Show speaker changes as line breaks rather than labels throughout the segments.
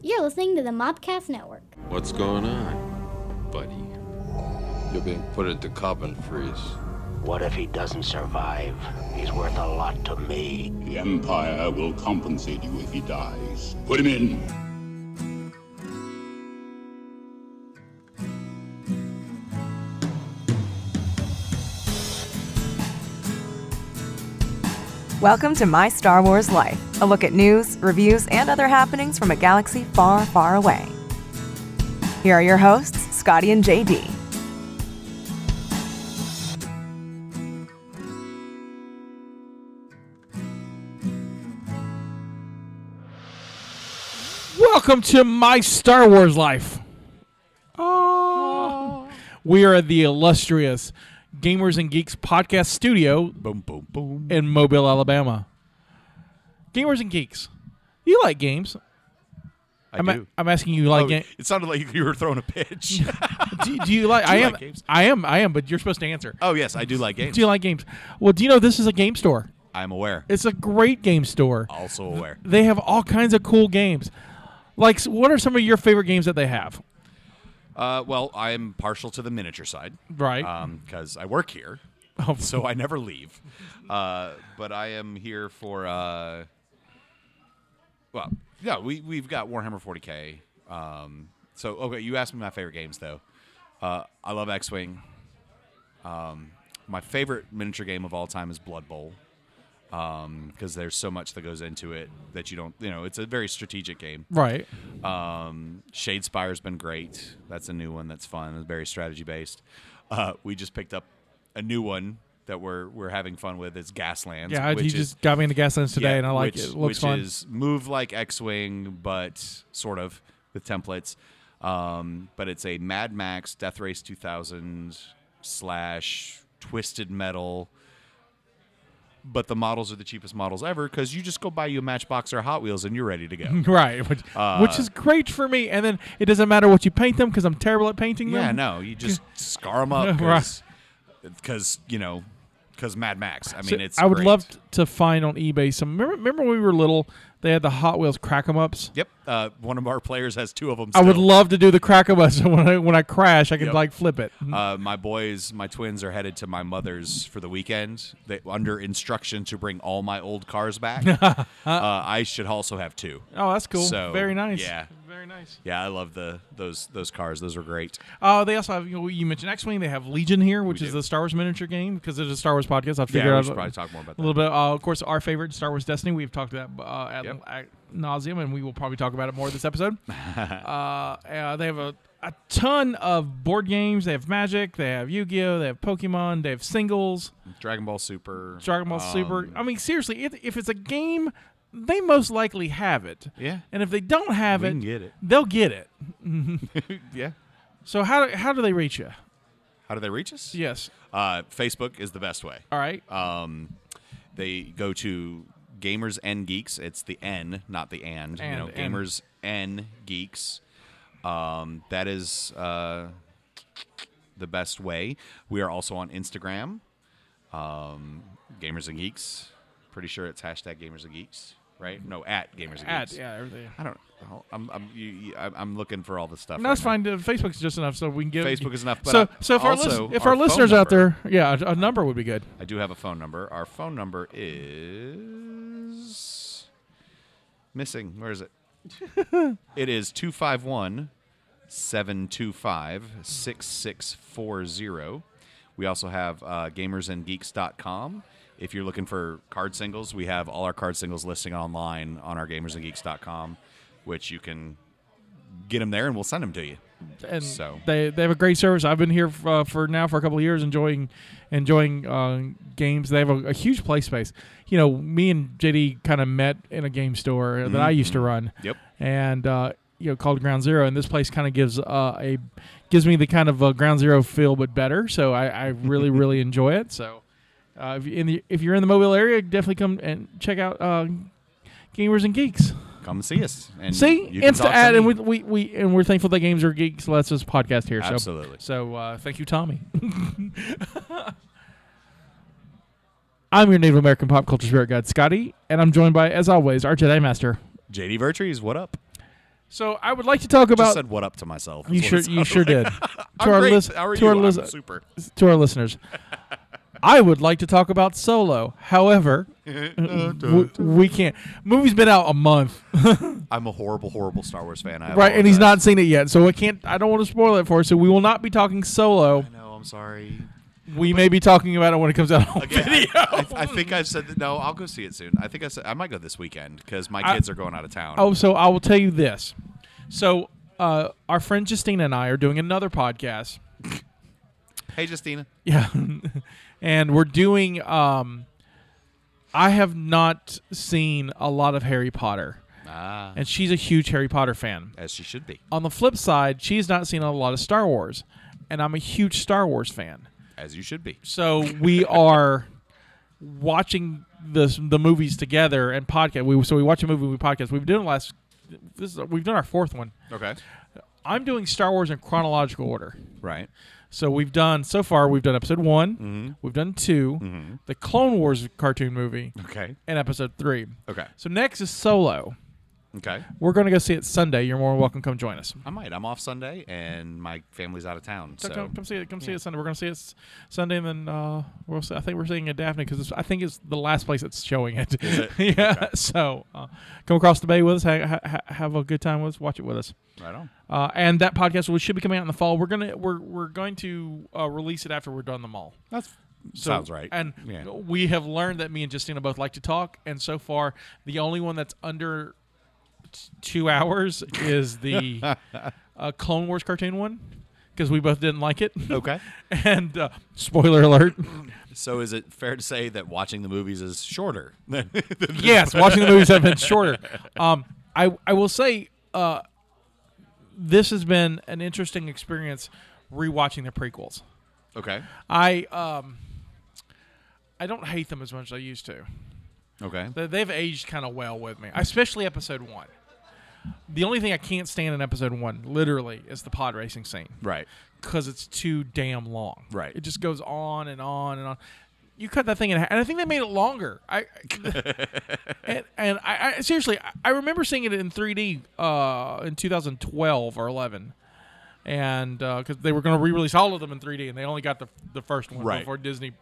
You're listening to the Mobcast Network.
What's going on, buddy?
You're being put into carbon freeze.
What if he doesn't survive? He's worth a lot to me.
The Empire will compensate you if he dies. Put him in.
Welcome to My Star Wars Life, a look at news, reviews, and other happenings from a galaxy far, far away. Here are your hosts, Scotty and JD.
Welcome to my Star Wars life. Oh. We are at the illustrious Gamers and Geeks podcast studio
Boom, boom, boom.
in Mobile, Alabama. Gamers and Geeks, you like games?
I
am
do.
I'm asking you like
Oh,
ga-
it sounded like you were throwing a pitch.
do, do you like? I
you
am.
like games?
I am. I am. But you're supposed to answer.
oh yes, I do like games.
Do you like games? Well, do you know this is a game store?
I'm aware.
It's a great game store.
also aware.
They have all kinds of cool games. Like, s- what are some of your favorite games that they have?
Uh, well, I'm partial to the miniature side,
Right.
Because I work here,
Oh,
so I never leave. Uh, but I am here for. Uh, well, yeah, we we've got Warhammer 40k. Um, so okay, you asked me my favorite games though. Uh, I love X-wing. Um, my favorite miniature game of all time is Blood Bowl. because there's so much that goes into it that you don't, you know, it's a very strategic game.
right.
Um, Shadespire's been great. That's a new one that's fun. It's very strategy based. Uh, we just picked up a new one that we're we're having fun with. It's Gaslands.
Yeah,
which
you
is-
just got me into Gaslands today,
yeah,
and I like
which-
it. It looks
which
fun.
is move like X-wing, but sort of with templates. Um, but it's a Mad Max Death Race 2000 slash Twisted Metal. But the models are the cheapest models ever because you just go buy you a Matchbox or a Hot Wheels and you're ready to go.
right, which,
uh,
which is great for me. And then it doesn't matter what you paint them because I'm terrible at painting
Yeah,
them.
no, you just scar them up because, you know, because Mad Max. I mean,
So
it's.
I would
great.
love t- to find on eBay some. Remember, remember when we were little, they had the Hot Wheels crack 'em ups.
Yep, uh, one of our players has two of them.
I would love to do the crack 'em ups. So when I when I crash, I could
Yep.
like flip it.
Uh, my boys, my twins, are headed to my mother's for the weekend. They under instruction to bring all my old cars back. uh, I should also have two.
oh, that's cool.
so,
Very nice.
yeah.
Very nice.
Yeah, I love the those those cars. Those were great.
Oh, they also have. You, know, you mentioned X Wing. They have Legion here, which
We
is
do.
the Star Wars miniature game because it is a Star Wars podcast. I figured
we
out
should probably talk more about
a little bit. Uh, of course, our favorite Star Wars Destiny. We've talked that uh, at,
Yep.
at nauseum, and we will probably talk about it more this episode. uh, uh, they have a, a ton of board games. They have Magic. They have Yu Gi Oh. They have Pokemon. They have singles.
Dragon Ball Super.
Dragon Ball Super.
um,
I mean, seriously, if, if it's a game, they most likely have it.
Yeah.
And if they don't have
We
it,
can get it.
they'll get it.
Yeah.
So how how do they reach you?
How do they reach us?
Yes.
Uh, Facebook is the best way.
All right.
Um, they go to gamers and geeks. It's the N, not the and. you
And,
know,
and.
gamers and geeks. Um, that is uh, the best way. We are also on Instagram, um, gamers and geeks. Pretty sure it's hashtag gamers and geeks, right? No, at gamers and
At
geeks.
yeah, everything.
I don't. know. I'm I'm, you, you, I'm I'm looking for all the stuff.
No,
right
that's
now.
fine. Uh, Facebook's just enough, so we can get
Facebook is enough, but
so
I-
so if our
also,
lis- if
our
our,
phone
listeners out there, yeah, a, a number would be good.
I do have a phone number. Our phone number is missing. Where is it? it is 251 725 6640. We also have uh, gamersandgeeks.com. If you're looking for card singles, we have all our card singles listing online on our gamersandgeeks.com, which you can get them there and we'll send them to you.
And
So.
they they have a great service. I've been here uh, for now for a couple of years, enjoying enjoying uh, games. They have a, a huge play space. You know, me and JD kind of met in a game store that I used to run.
Mm-hmm. Yep.
and uh, you know called Ground Zero, and this place kind of gives uh, a gives me the kind of uh, Ground Zero feel, but better. So I, I really really enjoy it. So uh, if, you- in the, if you're in the Mobile area, definitely come and check out uh, Gamers and Geeks.
Come see us. And
See,
you can
Insta
talk to
ad, and
me.
we, we, we and we're thankful that Games Are Geeks lets us podcast here. So-
Absolutely.
So uh, thank you, Tommy. I'm your Native American pop culture spirit guide, Scotty, and I'm joined by, as always, our Jedi Master,
JD Vertrees, what up?
So I would like to talk
Just
about
said what up to myself.
you
is what
sure
it
you
sounded
sure
like.
did.
I'm great.
lis-
How are
to
you?
our
I'm
lis-
super.
to our listeners. I would like to talk about Solo. However, w- we can't. Movie's been out a month,
I'm a horrible, horrible Star Wars fan. I
right? And he's
apologize.
not seen it yet, so I can't. I don't want to spoil it for. us, So we will not be talking Solo.
I know. I'm sorry.
We may be talking about it when it comes out on
Again,
video.
I, I think I said that. No, I'll go see it soon. I think I said I might go this weekend because my kids are going out of town.
Oh, so I will tell you this. So uh, our friend Justina and I are doing another podcast.
hey, Justina.
Yeah. and we're doing um I have not seen a lot of Harry Potter.
Ah,
And she's a huge Harry Potter fan.
as she should be,
On the flip side, she's not seen a lot of Star Wars. And I'm a huge Star Wars fan.
as you should be.
So we are watching this the movies together and podcast. We so we watch a movie, we podcast. We've done last this is, we've done our fourth one.
Okay.
I'm doing Star Wars in chronological order.
Right.
So we've done so far. We've done episode one. We've done 2 the Clone Wars cartoon movie,
Okay.
and episode three.
Okay.
So next is Solo.
Okay.
We're gonna go see it Sunday. You're more than welcome. Come join us.
I might. I'm off Sunday, and my family's out of town.
So
So
come, come see it. Come see it Sunday. We're gonna see it s- Sunday, and then uh, we'll see, I think we're seeing it Daphne because I think it's the last place that's showing it. yeah. So uh, come across the bay with us. Ha- ha- have a good time with us. Watch it with us.
right on.
Uh, and that podcast will, should be coming out in the fall. We're gonna we're we're going to uh, release it after we're done the mall.
That's
So-
sounds right.
And
yeah.
we have learned that me and Justina both like to talk, and so far the only one that's under t- two hours is the uh, Clone Wars cartoon one because we both didn't like it.
okay.
and uh, spoiler alert,
So is it fair to say that watching the movies is shorter? than-
yes, watching the movies have been shorter. Um, I I will say uh, this has been an interesting experience rewatching the prequels.
okay.
I um I don't hate them as much as I used to.
Okay.
They- They've aged kind of well with me, especially episode one. The only thing I can't stand in episode one, literally, is the pod racing scene
Right.
because it's too damn long.
Right.
It just goes on and on and on. You cut that thing in half, and I think they made it longer. I and, and I, I seriously, I- I remember seeing it in 3D uh, in 2012 or 11, and because they were going to re-release all of them in 3D, and they only got the the first one
Right.
before Disney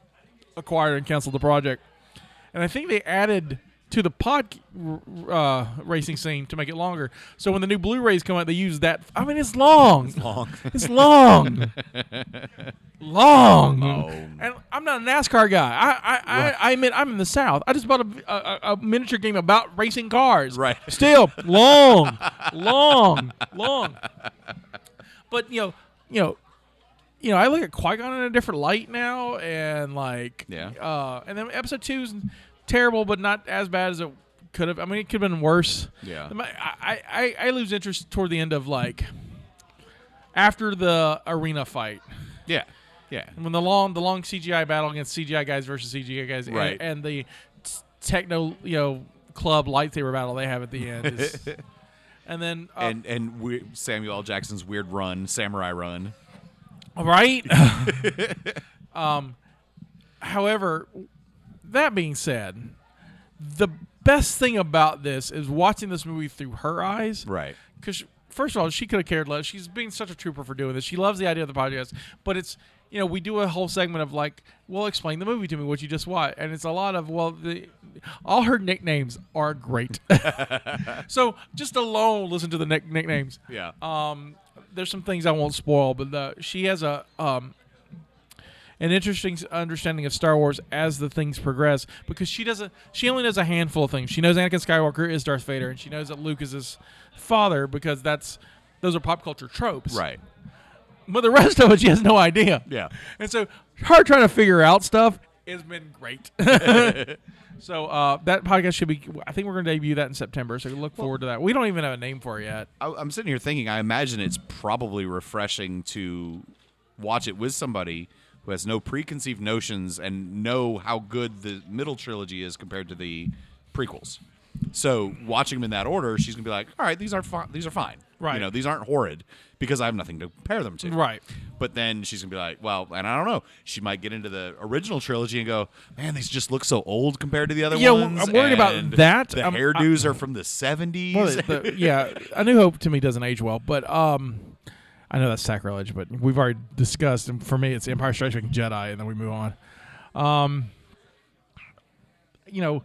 acquired and canceled the project. And I think they added to the pod uh, racing scene to make it longer. So when the new Blu-rays come out, they use that. I mean, it's long. It's
Long.
it's long, long.
Um.
And I'm not a NASCAR guy. I I, I, I admit I'm in the South. I just bought a, a, a miniature game about racing cars.
Right.
Still long, long, long. But you know, you know, you know, I look at Qui Gon in a different light now, and like,
Yeah.
Uh, and then episode two is terrible, but not as bad as it could have. I mean, it could have been worse.
Yeah.
My- I, I, I lose interest toward the end of like after the arena fight
Yeah. Yeah.
when the long the long CGI battle against CGI guys versus CGI guys, and-
Right.
And, the t- techno you know club lightsaber battle they have at the end, is, and then uh,
and and we, Samuel L. Jackson's weird run, samurai run.
right. um, however, that being said, the best thing about this is watching this movie through her eyes,
Right.
because first of all, she could have cared less. She's being such a trooper for doing this. She loves the idea of the podcast, but it's you know we do a whole segment of like, well, explain the movie to me, what you just watched, and it's a lot of well, the all her nicknames are great. so just alone, listen to the nick- nicknames.
Yeah.
Um, there's some things I won't spoil, but the, she has a um, an interesting s- understanding of Star Wars as the things progress because she doesn't. She only knows a handful of things. She knows Anakin Skywalker is Darth Vader, and she knows that Luke is his father because that's those are pop culture tropes.
right.
But the rest of it, she has no idea.
Yeah.
And so her trying to figure out stuff has been great. so uh, that podcast should be. I think we're going to debut that in September. So look forward to that. We don't even have a name for it yet.
I, I'm sitting here thinking. I imagine it's probably refreshing to watch it with somebody who has no preconceived notions and know how good the middle trilogy is compared to the prequels. So watching them in that order, she's gonna be like, "All right, these are fi- these are fine.
Right.
You know, these aren't horrid because I have nothing to compare them to.
Right.
But then she's gonna be like, "Well, and I don't know. She might get into the original trilogy and go, "Man, these just look so old compared to the other
Yeah, w-
ones."
I'm worried about
and
that.
The
I'm- I-
hairdos are from the '70s.
Well, the- yeah, A New Hope to me doesn't age well, but um, I know that's sacrilege, but we've already discussed, and for me, it's Empire Strikes Back, and Jedi, and then we move on. Um, you know,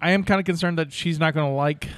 I am kind of concerned that she's not going to like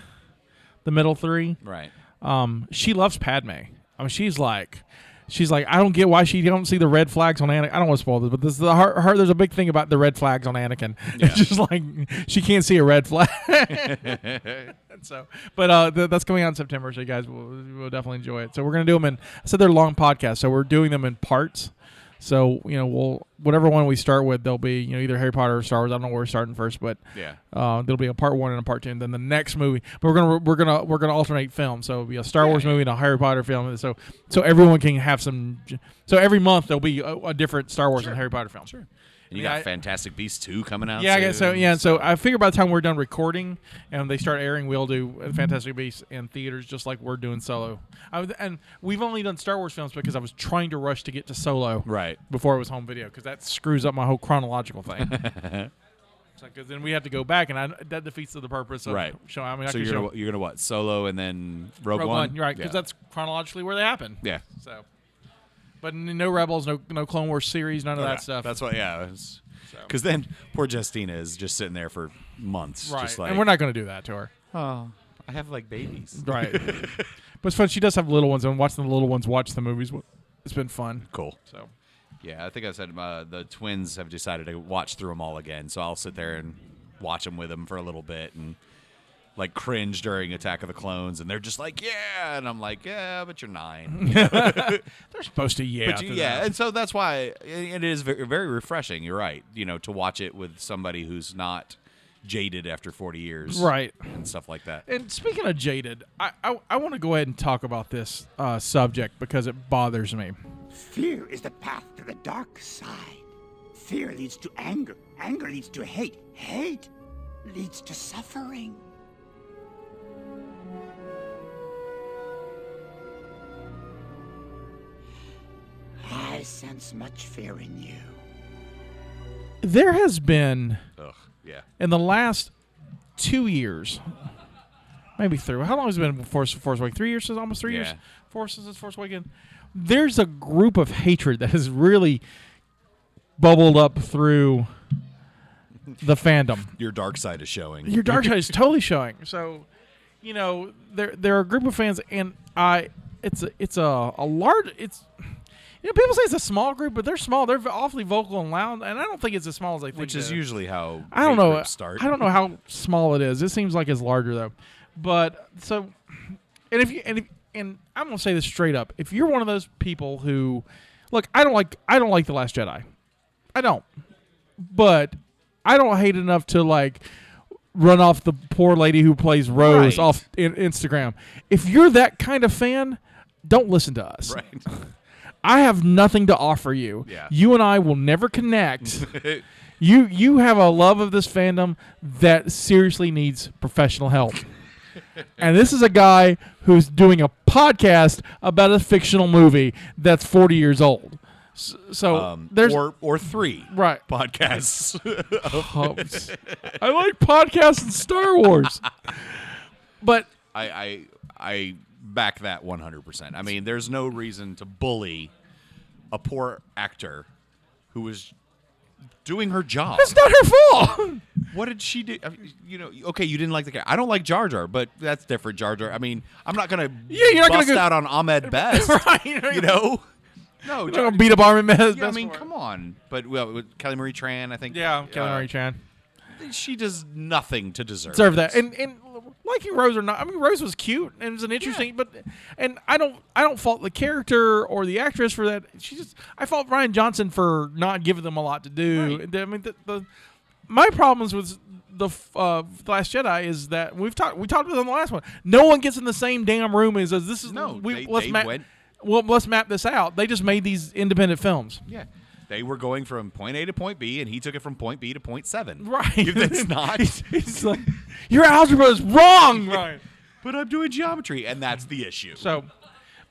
the middle three.
right.
Um, she loves Padme. I mean, she's like, she's like, I don't get why she don't see the red flags on Anakin. I don't want to spoil this, but this is the her, her. There's a big thing about the red flags on Anakin. It's just like she can't see a red flag. And so, but uh, th- that's coming out in September, so you guys will, will definitely enjoy it. So we're gonna do them in. I said they're long podcasts, so we're doing them in parts. So you know, we'll whatever one we start with, there'll be you know either Harry Potter or Star Wars. I don't know where we're starting first, but
Yeah.
uh, there'll be a part one and a part two, and then the next movie. But we're gonna we're gonna we're gonna alternate films. So it'll be a Star Wars movie and a Harry Potter film. So so everyone can have some. j- So every month there'll be a, a different Star Wars and Harry Potter film. Sure.
And you
Yeah,
got
I-
Fantastic Beasts two coming out.
Yeah, I
soon.
guess so. Yeah, so I figure by the time we're done recording and they start airing, we'll do Fantastic Beasts in theaters, just like we're doing Solo. I was, and we've only done Star Wars films because I was trying to rush to get to Solo
Right.
before it was home video because that screws up my whole chronological thing. Because then we have to go back, and I, that defeats the purpose of
Right.
showing. I mean, I
So
could
you're
show
gonna, you're gonna what? Solo and then Rogue,
Rogue
One.
One, right? Because
Yeah.
that's chronologically where they happen.
yeah.
So, but n- no Rebels, no no Clone Wars series, none of
Yeah,
that stuff.
That's what. Yeah. Because then poor Justina is just sitting there for months,
right.
just like
and we're not going to do that to her.
Oh, I have like babies.
Right. but it's fun. She does have little ones, and watching the little ones watch the movies, wa- it's been fun.
Cool.
So
Yeah, I think I said uh, the twins have decided to watch through them all again, so I'll sit there and watch them with them for a little bit and like cringe during Attack of the Clones, and they're just like, yeah, and I'm like, yeah, but you're nine.
they're supposed to yeah.
But you- yeah, and so that's why and it is ve- very refreshing. You're right, you know, to watch it with somebody who's not jaded after 40 years,
Right.
and stuff like that.
And speaking of jaded, I I, I want to go ahead and talk about this uh, subject because it bothers me.
Fear is the path to the dark side. Fear leads to anger. Anger leads to hate. Hate leads to suffering. I sense much fear in you.
There has been
Ugh, yeah,
in the last two years, maybe three. How long has it been Force Force Awakens? Three years since almost three years.
Yeah.
Force since Force Awakens. There's a group of hatred that has really bubbled up through the fandom.
your dark side is showing.
Your dark side is totally showing. So, you know, there there are a group of fans, and I, it's a, it's a, a large, it's. You know, people say it's a small group, but they're small. They're awfully vocal and loud, and I don't think it's as small as they think.
which is
it
usually how
I don't
hate
know.
groups Start.
I don't know how small it is. It seems like it's larger though. But so, and if you and if, and I'm gonna say this straight up, if you're one of those people who, look, I don't like I don't like the Last Jedi, I don't, but I don't hate enough to like run off the poor lady who plays Rose
Right.
off in Instagram. If you're that kind of fan, don't listen to us.
Right.
I have nothing to offer you.
Yeah.
You and I will never connect. you you have a love of this fandom that seriously needs professional help. and this is a guy who's doing a podcast about a fictional movie that's 40 years old. S- So
Um,
there's
or or three
Right.
podcasts.
pubs. I like podcasts and Star Wars. but
I, I I back that 100. percent I mean, there's no reason to bully a poor actor who was doing her job.
it's not her fault.
What did she do? I mean, you know, okay, you didn't like the guy. I don't like Jar Jar, but that's different. Jar Jar. I mean, I'm not gonna
Yeah, you're not gonna
bust
go-
out on Ahmed Best,
Right.
You know. No,
You're
Jar-
gonna beat up Armin Mez.
yeah, I mean, come on. But well, with Kelly Marie Tran, I think.
Yeah, Kelly
uh,
Marie Tran.
She does nothing to deserve
deserve
this.
that. And and liking Rose or not, I mean Rose was cute and it was an interesting, but and I don't I don't fault the character or the actress for that. She just I fault Ryan Johnson for not giving them a lot to do. I mean the, the my problems with the f- uh, The Last Jedi is that we've talked we talked about it on the last one. No one gets in the same damn room as us. This is
No,
we
they-
let's
they
map
went-
well let's map this out. They just made these independent films.
Yeah. They were going from point A to point B, and he took it from point B to point seven.
Right.
That's not.
He's, he's like, your algebra is wrong, Ryan.
but I'm doing geometry, and that's the issue.
So,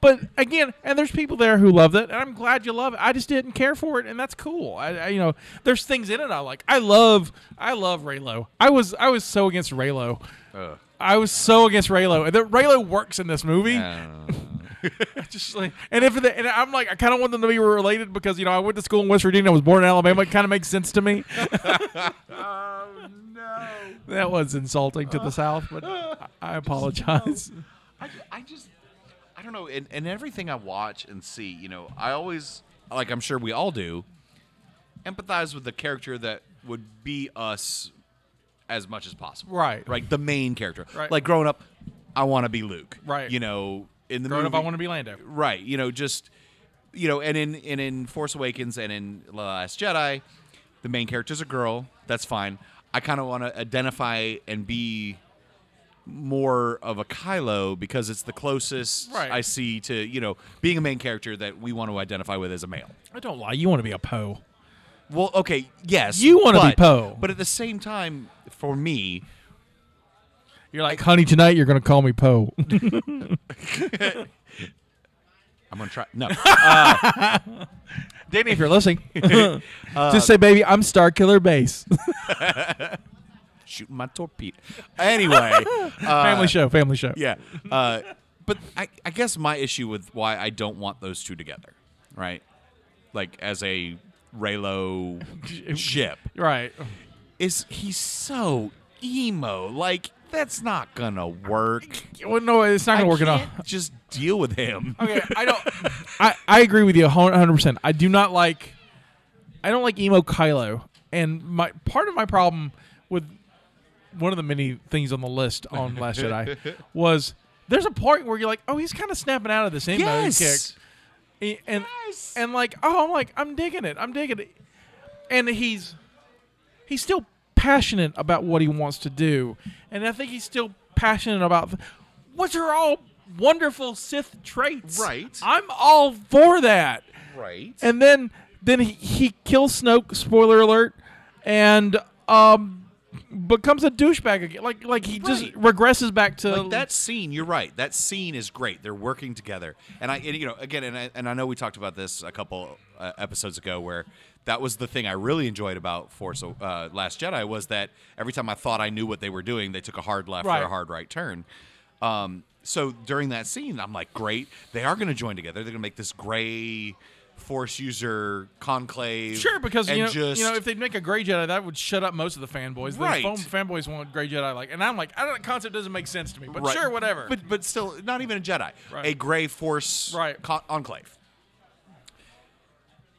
but again, and there's people there who love that, and I'm glad you love it. I just didn't care for it, and that's cool. I, I you know, there's things in it I like. I love, I love Raylo. I was, I was so against Raylo. I was so against Raylo. And the Raylo works in this movie.
Uh,
Just like, and if the, and I'm like, I kind of want them to be related because you know I went to school in West Virginia, I was born in Alabama. It kind of makes sense to me. Oh, That was insulting to the South, but I, I apologize.
I, ju- I just, I don't know. And, and everything I watch and see, you know, I always, like I'm sure we all do, empathize with the character that would be us as much as possible.
Right.
Like the main character.
Right.
Like growing up, I want to be Luke.
Right.
You know, in the
Growing up,
movie,
I want to be Lando.
right you know just you know and in and in force awakens and in the last jedi the main character's a girl that's fine i kind of want to identify and be more of a kylo because it's the closest
Right.
i see to you know being a main character that we want to identify with as a male
I don't lie. You want to be a Poe.
well okay yes
You wanna be
but-
Poe.
but at the same time for me
You're like, honey, tonight you're going to call me Poe.
i'm gonna try no
Danny, if you're listening, just say, baby, I'm Star Killer Base.
shooting my torpedo anyway
family show, family show.
yeah. Uh, but I, I guess my issue with why I don't want those two together, right? Like as a Raylo ship,
Right.
is he's so emo. Like that's not gonna work.
Well, no, it's not
I
going to work at all.
can't Just deal with him.
Okay, I don't. I, I agree with you 100%. I do not like. I don't like emo Kylo. And my part of my problem with one of the many things on the list on Last Jedi was there's a part where you're like, oh, he's kind of snapping out of this emo kick.
Yes.
And- and and like oh I'm like I'm digging it I'm digging it and he's he's still passionate about what he wants to do and I think he's still passionate about th- which are all wonderful Sith traits
Right.
I'm all for that
Right.
and then then he, he kills Snoke spoiler alert and um becomes a douchebag again like like he just
Right.
regresses back to
like that scene you're right that scene is great they're working together and i and, you know again and I, and I know we talked about this a couple uh, episodes ago where that was the thing i really enjoyed about force uh, last jedi was that every time i thought i knew what they were doing they took a hard left
Right.
or a hard right turn um, so during that scene i'm like great they are going to join together they're going to make this gray force user conclave
Sure, because
and
you know,
just
you know, if they'd make a Gray Jedi, that would shut up most of the fanboys.
Right.
The fan- fanboys want Gray Jedi, like, and I'm like, I don't. Concept doesn't make sense to me, but
Right.
sure, whatever.
But but still, not even a Jedi,
Right.
a Gray Force
Right.
co- enclave.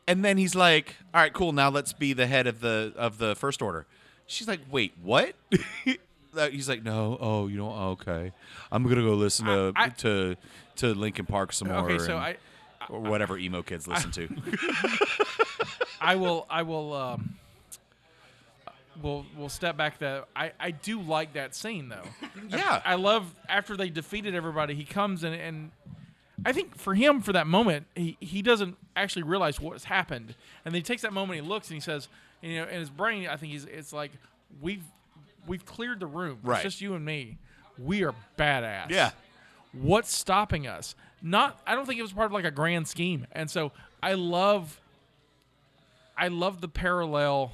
And then he's like, "All right, cool. Now let's be the head of the of the First Order." She's like, "Wait, what?" Uh, he's like, "No, oh, you don't. Oh, okay, I'm gonna go listen to
I- I-
to to Linkin Park some more."
okay, so
and-
I,
or whatever emo kids listen to.
I will, I will, um, we'll we'll step back. Though I, I do like that scene though.
yeah,
I love after they defeated everybody, he comes and and I think for him for that moment, he he doesn't actually realize what's happened, and then he takes that moment, he looks, and he says, and, you know, in his brain, I think he's it's like we've we've cleared the room.
Right.
It's just you and me. We are badass.
Yeah.
What's stopping us? Not. I don't think it was part of like a grand scheme, and so I love. I love the parallel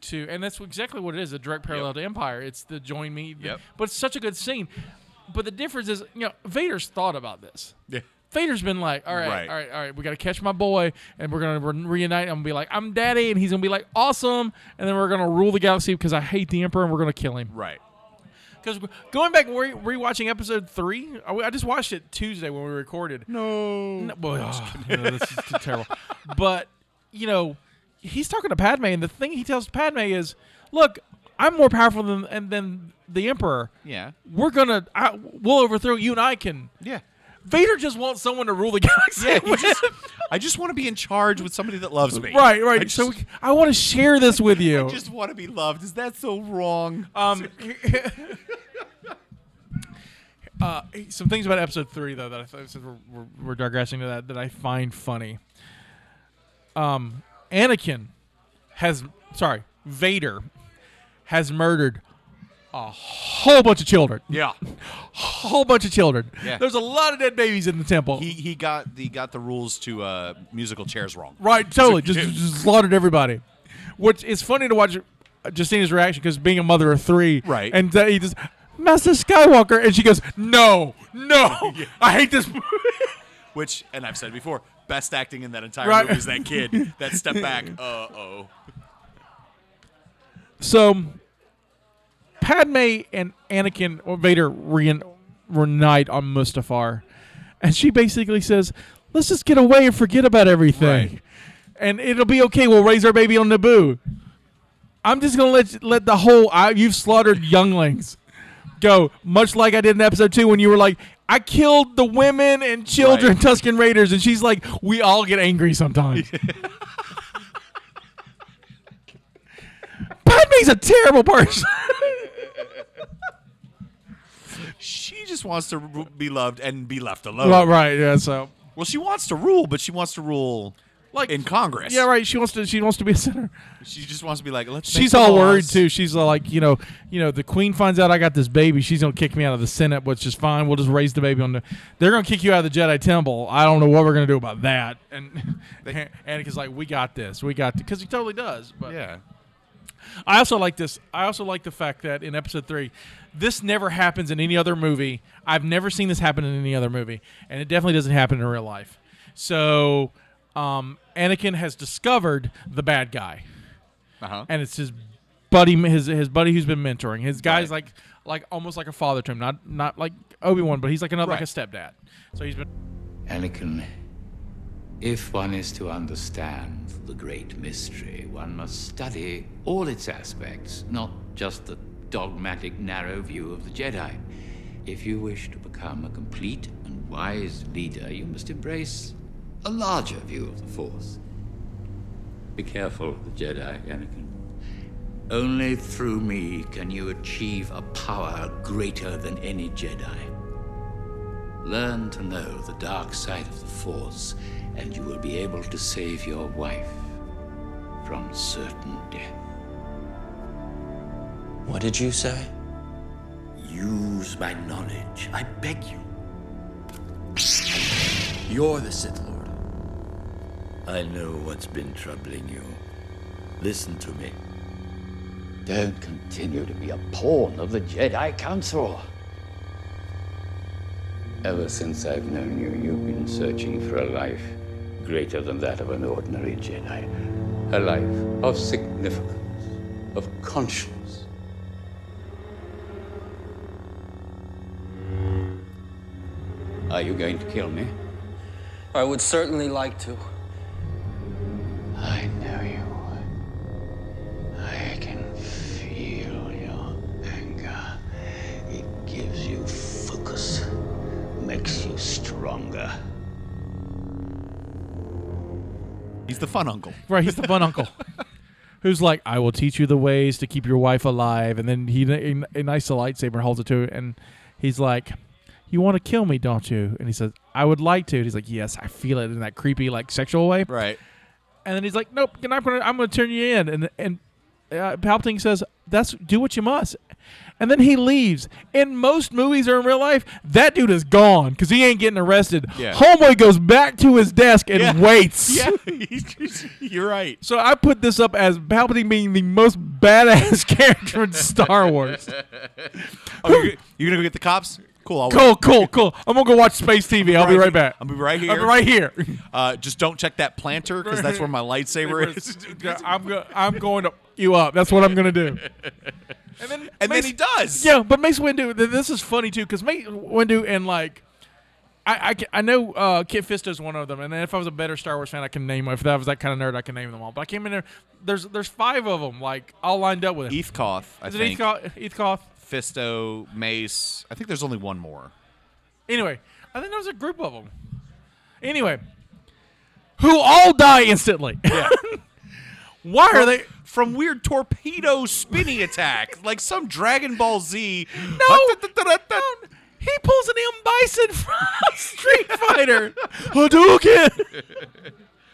to, and that's exactly what it is—a direct parallel
Yep.
to Empire. It's the join me,
Yep.
but it's such a good scene. But the difference is, you know, Vader's thought about this.
yeah,
Vader's been like, all right,
Right.
all right, all right, we got to catch my boy, and we're gonna re- reunite. I'm gonna be like, I'm daddy, and he's gonna be like, awesome, and then we're gonna rule the galaxy because I hate the Emperor, and we're gonna kill him.
right.
Because going back and re- rewatching episode three, I, I just watched it Tuesday when we recorded.
No,
No, well, oh, no, this is too terrible. But you know, he's talking to Padme, and the thing he tells Padme is, "Look, I'm more powerful than and than the Emperor.
yeah,
We're gonna, I, we'll overthrow you, and I can."
yeah.
Vader just wants someone to rule the galaxy.
Yeah, he
with.
just- I just want to be in charge with somebody that loves me.
right, right.
I just-
so we, I want to share this with you.
just want to be loved. Is that so wrong?
Um, uh, some things about episode three, though, that I thought since we're, we're, we're digressing to that, that I find funny. um, Anakin has sorry, Vader has murdered a whole bunch of children.
Yeah.
whole bunch of children.
Yeah.
There's a lot of dead babies in the temple.
He he got he got the rules to uh, musical chairs wrong.
right, totally. Just, just slaughtered everybody. Which it's funny to watch uh, Justina's reaction because being a mother of three.
Right.
And uh, he just, Master Skywalker. And she goes, No, no, I hate this. movie."
Which, and I've said before, best acting in that entire
Right.
movie is that kid. that step back. Uh oh.
so Padme and Anakin or Vader reun- reunite on Mustafar. And she basically says, Let's just get away and forget about everything.
Right.
And it'll be okay. We'll raise our baby on Naboo. I'm just gonna let you- let the whole I, you've slaughtered younglings go, much like I did in episode two when you were like, I killed the women and children,
Right.
Tuscan Raiders, and she's like, we all get angry sometimes. Padme's a terrible person.
She just wants to ru- be loved and be left alone.
well, right, yeah. So
Well, she wants to rule, but she wants to rule like in Congress.
yeah, right. She wants to. She wants to be a sinner.
She just wants to be like. Let's. make
She's
the
all
laws.
worried too. She's all like, you know, you know, the queen finds out I got this baby. She's gonna kick me out of the Senate, which is fine. We'll just raise the baby on the. They're gonna kick you out of the Jedi Temple. I don't know what we're gonna do about that. And Anakin's like, we got this. We got because he totally does. But
Yeah.
I also like this. I also like the fact that in episode three, this never happens in any other movie. I've never seen this happen in any other movie, and it definitely doesn't happen in real life. So, um, Anakin has discovered the bad guy
Uh huh.
and it's his buddy, his his buddy who's been mentoring. His guy's like like almost like a father to him, not not like Obi Wan, but he's like another like a
Right.
stepdad. So he's been
Anakin, if one is to understand the great mystery, one must study all its aspects, not just the dogmatic, narrow view of the Jedi. If you wish to become a complete and wise leader, you must embrace a larger view of the Force. Be careful of the Jedi, Anakin. Only through me can you achieve a power greater than any Jedi. Learn to know the dark side of the Force, and you will be able to save your wife from certain death.
What did you say? Use my knowledge, I beg you. You're the Sith Lord. I know what's been troubling you. Listen to me.
Don't continue to be a pawn of the Jedi Council. Ever since I've known you, you've been searching for a life greater than that of an ordinary Jedi. A life of significance, of conscience. Are you going to kill me?
I would certainly like to.
I know you would. I can feel your anger. It gives you focus, makes you stronger.
He's the fun uncle.
right. He's the fun uncle. Who's like, I will teach you the ways to keep your wife alive, and then he ign- ignites the lightsaber and holds it to it, and he's like, "You want to kill me, don't you?" And he says, "I would like to." And he's like, "Yes, I feel it in that creepy, like sexual way."
Right.
And then he's like, "Nope, I'm gonna, I'm gonna turn you in." And and uh, Palpatine says, "That's do what you must." And then he leaves. In most movies or in real life, that dude is gone because he ain't getting arrested.
Yeah.
Homeboy goes back to his desk and
Yeah.
waits.
Yeah. he's just- you're right.
So I put this up as Palpatine being the most badass character in Star Wars.
Oh, you're, you're gonna go get the cops? Cool. I'll wait.
cool, cool, cool. I'm gonna go watch space TV. I'll be right
here.
back.
I'll be right
I'll be
here.
right here.
Uh, just don't check that planter because that's where my lightsaber is.
I'm go- I'm going to you up. That's what I'm gonna do.
And then he does.
Yeah, but Mace Windu, th- this is funny too, because Mace Windu and like, I I, ca- I know uh, Kit Fisto's one of them, and if I was a better Star Wars fan, I can name. If I was that kind of nerd, I can name them all. But I came in there. There's there's five of them, like all lined up with him.
Heathcoth, I
Is it
think.
Heathcote? Heathcote?
Fisto, Mace. I think there's only one more.
Anyway, I think there was a group of them. Anyway, who all die instantly. Why are they?
From weird torpedo spinning attack, like some Dragon Ball Z.
No, no, he pulls an M Bison from Street Fighter. Hadouken.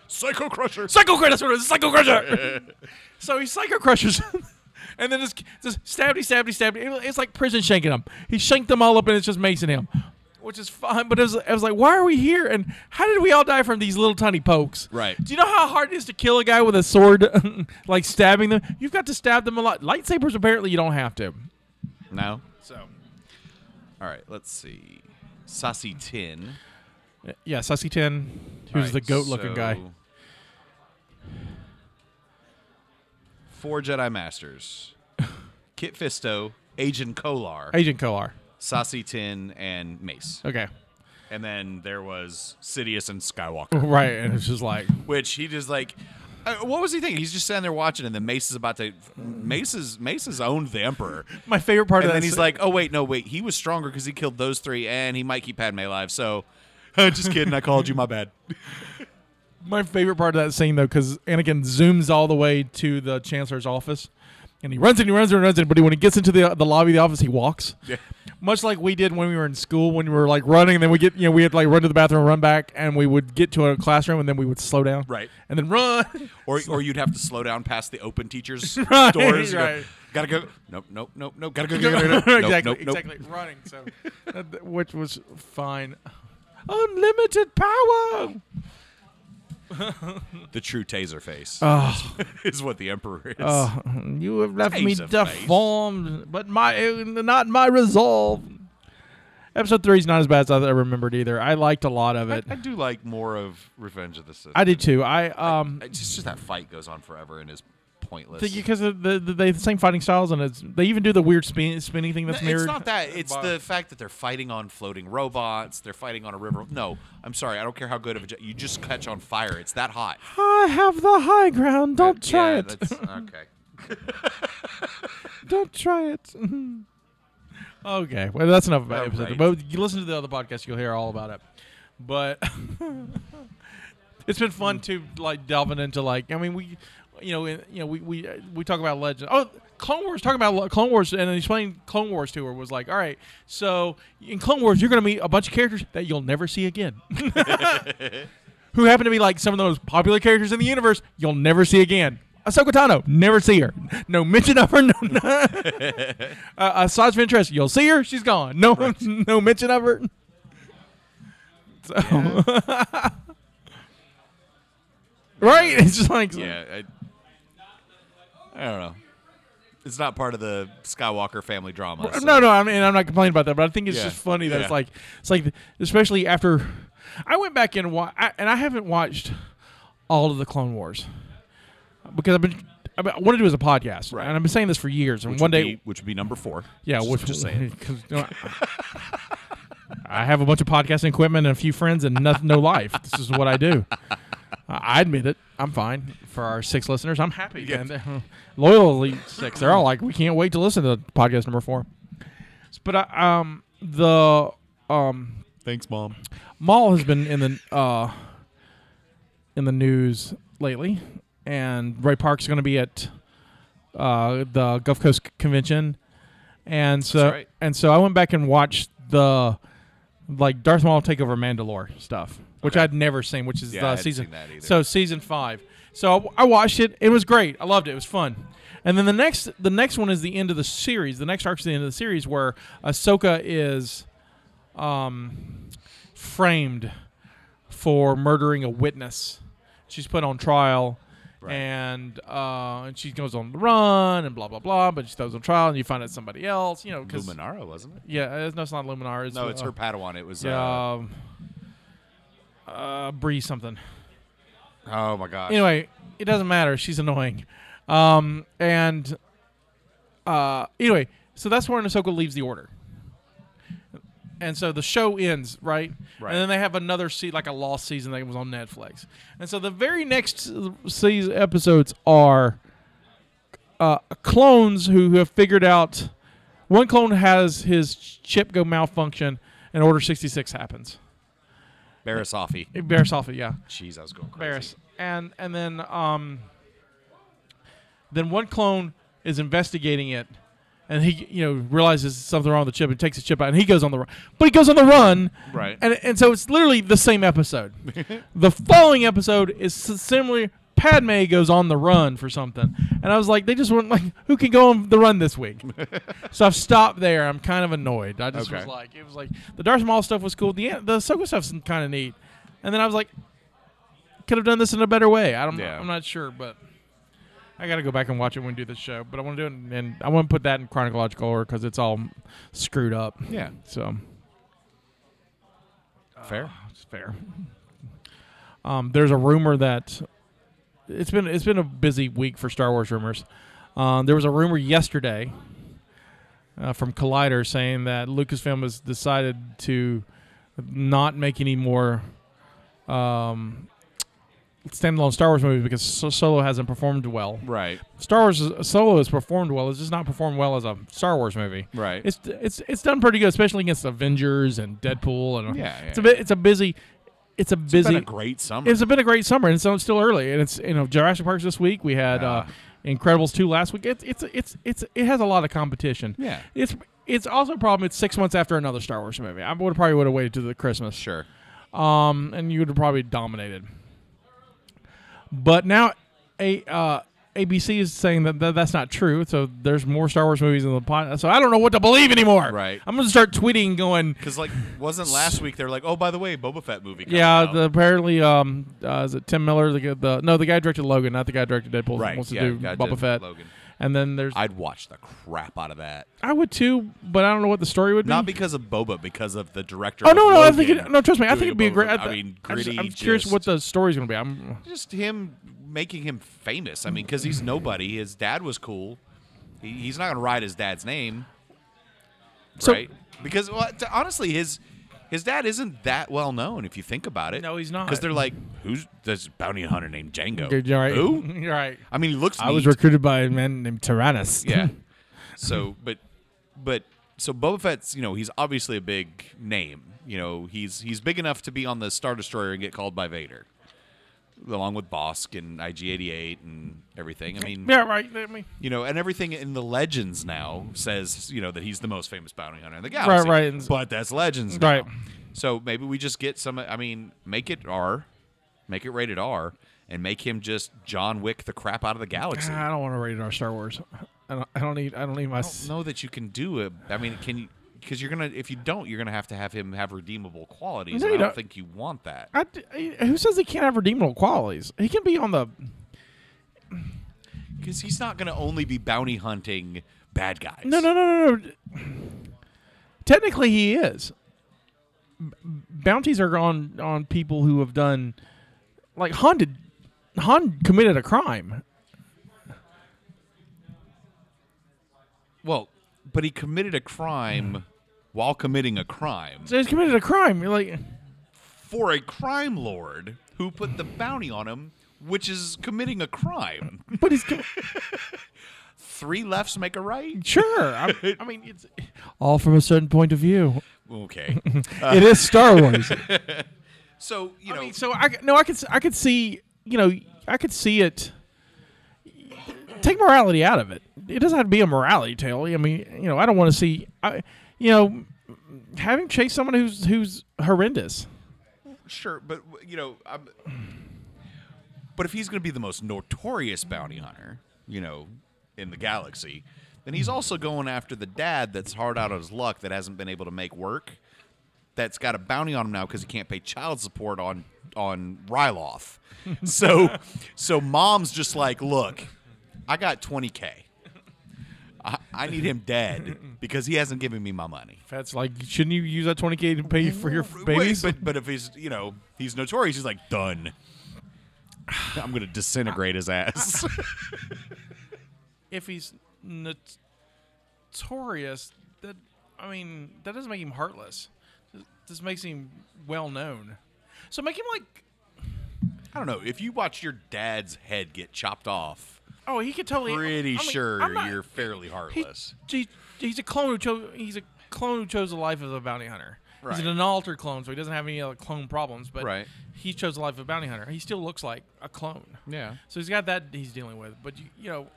Psycho Crusher.
Psycho Crusher. That's what it is. Psycho Crusher. so he Psycho Crushers, and then just just stabby, stabby, stabby. It's like prison shanking him. He shanked them all up, and it's just Mason him, which is fine. But it was, I was like, why are we here? And how did we all die from these little tiny pokes?
Right.
Do you know how hard it is to kill a guy with a sword, like stabbing them? You've got to stab them a lot. Lightsabers apparently you don't have to.
No.
So
All right. Let's see. Sassy Tin.
yeah, Sussy Ten, who's the
All right,
goat-looking guy.
so- Four Jedi Masters. Kit Fisto, Agent Kolar,
Agent Kolar.
Sassy Tin, and Mace.
Okay.
And then there was Sidious and Skywalker.
Right, and it's just like
which he just like uh, what was he thinking? He's just standing there watching, and then Mace is about to. Mace is Mace has owned the Emperor,
my favorite part
and
of that.
then he's
se-
like, "Oh wait, no wait, he was stronger because he killed those three, and he might keep Padme alive." So, just kidding, I called you. My bad.
My favorite part of that scene, though, because Anakin zooms all the way to the Chancellor's office, and he runs and he runs and runs, and but when he gets into the the lobby of the office, he walks.
Yeah.
Much like we did when we were in school, when we were like running, and then we get you know we had to, like run to the bathroom, run back, and we would get to a classroom, and then we would slow down,
Right.
and then run.
Or or you'd have to slow down past the open teachers'
Right,
doors. You go,
right.
Gotta go. Nope, nope, nope, nope. Gotta go. go, go, go, go, nope,
exactly,
nope, nope.
exactly, running. So, that- which was fine. Unlimited power.
The true taser face
Oh.
is what the Emperor is.
Oh, you have left me
Taser face.
deformed, but my not my resolve. Episode three is not as bad as I I remembered either. I liked a lot of
I,
it.
I
I,
do like more of Revenge of the Sith.
did too. I um
It's just, just that fight goes on forever and is pointless.
because the, the, the they the same fighting styles and it's they even do the weird spin, spinning thing
No,
that's mirrored.
it's not that. It's the fact that they're fighting on floating robots. They're fighting on a river. No, I'm sorry. I don't care how good of a jet. You just catch on fire. It's that hot.
I have the high ground. Don't try
yeah,
it.
That's, okay.
Don't try it. okay, well that's enough about
All
episode. three.
right.
But you listen to the other podcast, you'll hear all about it. But it's been fun to like delving into like I mean we, you know in- you know we we uh, we talk about legends. Oh, Clone Wars talking about lo- Clone Wars and then explaining Clone Wars to her was like all right. So in Clone Wars you're going to meet a bunch of characters that you'll never see again. Who happen to be like some of the most popular characters in the universe you'll never see again. Ahsoka Tano, never see her. No mention of her. No, uh, aside from interest, you'll see her. She's gone. No, no mention of her. So, right? It's just like
Yeah. I, I don't know. It's not part of the Skywalker family drama. so-
No, no, I mean I'm not complaining about that, but I think it's
Yeah.
just funny that it's
Yeah.
like it's like especially after I went back and wa- I, and I haven't watched all of the Clone Wars because I've been I I want to do it as a podcast,
Right.
and I've been saying this for years. And
Which
one
would
day,
be- which would be number four.
yeah, which
just saying.
'cause, you know, I I have a bunch of podcasting equipment and a few friends and no, no life. This is what I do. I I admit it. I'm fine. For our six listeners, I'm happy.
Yeah.
And they're- loyally six. They're all like, we can't wait to listen to podcast number four. But I, um, the um,
Thanks, mom.
Maul has been in the uh, in the news lately, and Ray Park's going to be at uh, the Gulf Coast Convention, and so
right.
and so I went back and watched the like Darth Maul takeover Mandalore stuff, which
Okay.
I'd never seen, which is
Yeah, I
the
hadn't
season
seen that either.
so season five. So I I watched it. It was great. I loved it. It was fun. And then the next the next one is the end of the series. The next arc is the end of the series where Ahsoka is um, framed for murdering a witness. She's put on trial, and uh, and she goes on the run and blah blah blah. But she goes on trial, and you find out somebody else. You know, 'cause-
Luminara, wasn't it?
yeah, it's, no, it's not Luminar. It's,
No, it's
uh,
her Padawan. It was. Uh,
yeah, um, uh, Bree something
oh my gosh.
anyway, it doesn't matter. She's annoying. Um, and uh, anyway, so that's where Ahsoka leaves the order. And so the show ends, right?
Right.
And then they have another se- like a lost season that was on Netflix. And so the very next season episodes are uh, clones who have figured out one clone has his chip go malfunction and Order 66 happens.
Barris Offee.
Barris Alpha, yeah.
Jeez, I was going crazy.
Barris. And and then um then one clone is investigating it and he you know realizes something wrong with the chip and takes the chip out and he goes on the run but he goes on the run
Right.
and, and so it's literally the same episode the following episode is s- similar padme goes on the run for something and i was like they just weren't like who can go on the run this week so i've stopped there i'm kind of annoyed i just
Okay.
was like it was like the darth maul stuff was cool the the Ahsoka stuff's kind of neat and then i was like could have done this in a better way i don't
Yeah.
i'm not sure but I gotta go back and watch it when we do this show, but I want to do it, in- and I want to put that in chronological order because it's all screwed up.
Yeah.
So
Fair.
it's fair. Um, there's a rumor that it's been it's been a busy week for Star Wars rumors. Um, there was a rumor yesterday uh, from Collider saying that Lucasfilm has decided to not make any more um, standalone Star Wars movies because So- Solo hasn't performed well.
Right.
Star Wars is- Solo has performed well. It's just not performed well as a Star Wars movie.
Right.
It's it's it's done pretty good, especially against Avengers and Deadpool and
Yeah, yeah,
it's a bit it's a busy it's a busy
It's been a great summer.
it's been a great summer and so it's still early and it's you know Jurassic Park's this week we had uh, Incredibles two last week it's it's it's it's it has a lot of competition
Yeah.
it's it's also a problem it's six months after another Star Wars movie I would probably would have waited to the Christmas
sure.
um, and you would have probably dominated. But now, a uh, ABC is saying that th- that's not true. So there's more Star Wars movies in the pot. So I don't know what to believe anymore.
Right.
I'm gonna start tweeting, going,
Because like, wasn't last week they're like, oh, by the way, Boba Fett movie. Coming
yeah.
out.
The, apparently, um, uh, is it Tim Miller? The, gu- the no, the guy who directed Logan, not the guy who directed Deadpool.
Right,
Wants to
yeah,
do
guy
Boba
did
Fett.
Logan.
And then there's I,
I'd watch the crap out of that.
would too, but I don't know what the story would be.
Not because of Boba, because of the director.
Oh
of
no, no, I think
Logan
it, no. Trust me, I
doing
think it'd be a
Boba
great.
Fett.
I,
I mean,
I'm just-
gritty.
I'm, curious what
just-
the story's gonna be. I'm
just him making him famous. I mean, because he's nobody. His dad was cool. He, he's not gonna ride his dad's name,
So-
right? Because well, to, honestly, his his dad isn't that well known if you think about it.
No, he's not.
Because they're like, who's this bounty hunter named Django?
Dude, you're right.
Who?
You're right.
I mean, he looks.
Oh, I was
neat.
recruited by a man named Tyrannus.
Yeah. So, but, but, so Boba Fett's, you know, he's obviously a big name. You know, he's he's big enough to be on the Star Destroyer and get called by Vader, along with Bosk and IG-88 and everything. I mean,
yeah, right. I mean,
you know, and everything in the legends now says, you know, that he's the most famous bounty hunter in the galaxy.
Right, right.
But that's legends, now.
Right.
So maybe we just get some. I mean, make it R, make it rated R, and make him just John Wick the crap out of the galaxy.
I don't want to rate our Star Wars. I don't, I don't need. I don't need my.
I don't know that you can do it. I mean, can you? Because you're gonna, if you don't, you're gonna have to have him have redeemable qualities.
No,
and
you
I don't
don't.
think you want that.
I d I who says he can't have redeemable qualities? He can be on the.
Because he's not gonna only be bounty hunting bad guys.
No, no, no, no, no. Technically, he is. B- Bounties are on on people who have done, like Han did. Han committed a crime.
Well, but he committed a crime while committing a crime
So he's committed a crime. You're like,
for a crime lord who put the bounty on him, which is committing a crime.
but he's com-
Three lefts make a right.
sure. I, I mean, it's all from a certain point of view.
Okay.
it is Star Wars.
So you know,
I mean, so I no, I could s- I could see you know I could see it. Take morality out of it. It doesn't have to be a morality tale. I mean, you know, I don't want to see, I, you know, having chased someone who's who's horrendous.
Sure, but w- you know, i but if he's going to be the most notorious bounty hunter, you know, in the galaxy, then he's also going after the dad that's hard out of his luck that hasn't been able to make work, that's got a bounty on him now because he can't pay child support on on Ryloth. so, so mom's just like, look, I got twenty k. I I need him dead because he hasn't given me my money.
That's like, shouldn't you use that twenty k to pay for your
Wait,
babies?
but but if he's you know he's notorious, he's like done. I'm gonna disintegrate his ass.
if he's notorious, that I mean, that doesn't make him heartless. This makes him well known. So make him like,
I don't know. If you watch your dad's head get chopped off,
oh, he could totally.
pretty sure
you're.
you're fairly
He-
heartless.
he- he's a clone who chose. He's a clone who chose the life of a bounty hunter. He's
Right.
an unaltered clone, so he doesn't have any other clone problems. But
Right.
he chose the life of a bounty hunter. He still looks like a clone.
Yeah.
So he's got that he's dealing with. But you, you know,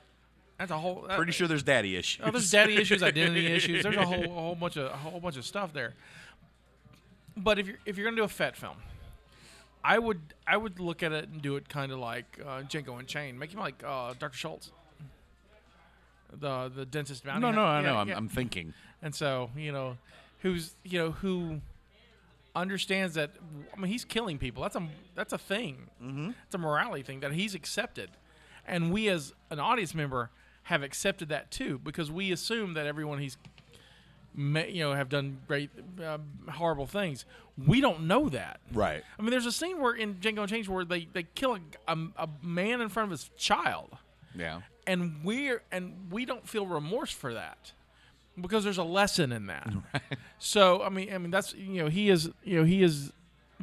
That's a whole. that-
Pretty sure there's daddy issues.
Oh, there's daddy issues, identity issues. There's a whole, a whole bunch of a whole bunch of stuff there. But if you're if you're gonna do a fat film, I would I would look at it and do it kind of like uh, Django and Chain, make him like uh, Dr. Schultz, the the dentist. Bounty
No, no,
hunter.
I
Yeah,
know. I'm,
yeah.
I'm thinking.
And so, you know, who's you know who understands that? I mean, he's killing people. That's a that's a thing. Mm-hmm. It's a morality thing that he's accepted, and we as an audience member have accepted that too because we assume that everyone he's ma- you know have done great uh, horrible things. We don't know that.
Right.
I mean, there's a scene where in Django Unchained where they they kill a, a, a man in front of his child
Yeah.
and we're and we don't feel remorse for that because there's a lesson in that. So I mean, I mean that's you know he is you know he is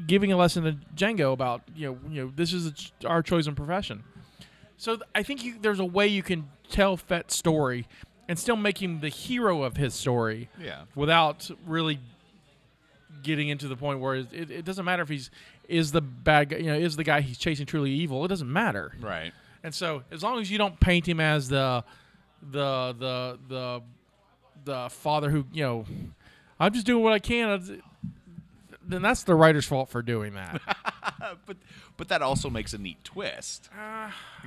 giving a lesson to Django about you know you know this is a ch- our chosen profession. So th- I think you, there's a way you can tell Fett's story and still make him the hero of his story.
Yeah.
Without really getting into the point where it, it, it doesn't matter if he's is the bad guy you know is the guy he's chasing truly evil. It doesn't matter.
Right.
And so, as long as you don't paint him as the, the the the the father who you know, I'm just doing what I can. I- Then that's the writer's fault for doing that.
But but that also makes a neat twist.
Uh,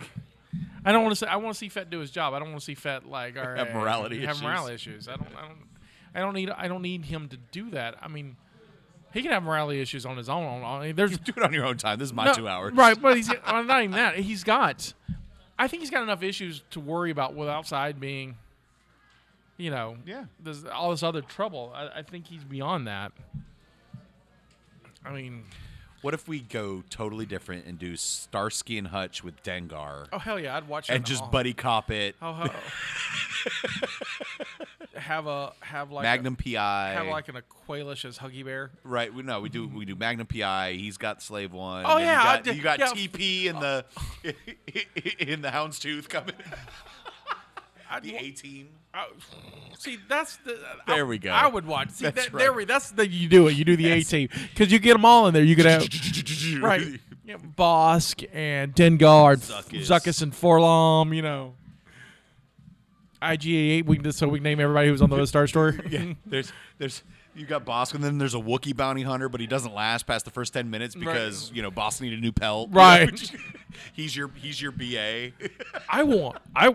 I don't want to say. I want to see Fett do his job. I don't want to see Fett like all right,
Have morality
have
issues.
morality issues. I don't. I don't. I don't need. I don't need him to do that. I mean, he can have morality issues on his own. I mean, there's
Do it on your own time. This is my
No,
two hours.
Right, but he's well, not even that. He's got. I think he's got enough issues to worry about with outside being, you know,
Yeah.
There's all this other trouble. I, I think he's beyond that. I mean,
What if we go totally different and do Starsky and Hutch with Dengar
oh hell yeah, I'd watch it
and just
all.
buddy cop it?
Oh, ho- have a have like
Magnum
a,
PI.
have like an Aqualish as Huggy Bear.
right. We no. We do we do Magnum PI. He's got Slave One.
Oh,
and
yeah, I
You got,
did-
you got
yeah.
TP in the in the Houndstooth coming. the A team.
I- Oh, see, that's the
There
I,
we go.
I would watch. See,
That's
that, there
right.
we. That's the you do it. You do the A team because you get them all in there. You could have. right. Yeah, Bosk and Dengard,
Zuckus.
Zuckus. and Forlom, you know. IGA8, we can just, so we can name everybody who's on the Star Store. yeah.
There's there's you got Bosk and then there's a Wookiee bounty hunter, but he doesn't last past the first ten minutes because you know Bosk need a new pelt. you know?
Right.
he's your he's your BA.
I want I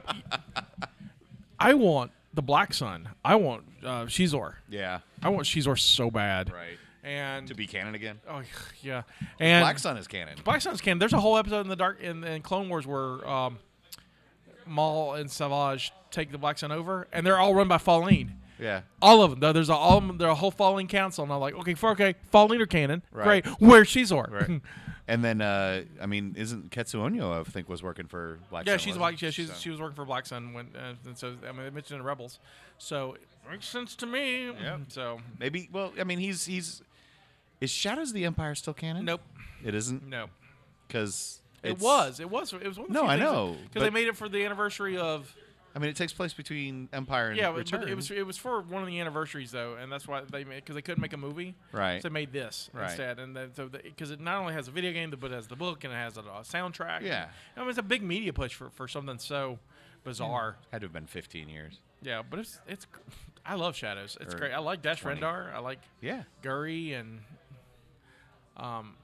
I want the Black Sun. I want uh, Shizor.
yeah.
I want Shizor so bad.
Right.
And
To be canon again.
oh yeah. And
Black Sun is canon.
Black Sun's canon. There's a whole episode in the dark in, in Clone Wars where um, Maul and Savage take the Black Sun over, and they're all run by Falline.
Yeah.
All of them. Though there's a all of them, there's a whole falling council, and I'm like, okay, for okay, fall leader canon,
Right.
great. Where's Shizor?
Right. and then uh I mean, isn't Ketsuonyo I think was working for Black
yeah,
Sun.
she's
wasn't
like, yeah, she's
So-
she was working for Black Sun when, uh, and so I mean they mentioned it in Rebels, so it makes sense to me.
Yep.
So
maybe well, I mean he's he's is Shadows of the Empire still canon?
nope,
It isn't
no,
because
it was, it was, it was. One of the
No, I know,
because they
but-
made it for the anniversary of
I mean, it takes place between Empire and
yeah, but
Return.
it was it was for one of the anniversaries though, and that's why they made because they couldn't make a movie,
Right.
So they made this
Right.
instead, and then so because it not only has a video game but it has the book and it has a, uh, soundtrack.
Yeah.
I mean it's a big media push for, for something so bizarre.
had to have been 15 years.
Yeah, but it's it's gr- I love Shadows. It's
Or
great. I like Dash
20.
Rendar. I like
Er, Yeah.
Gurry and um,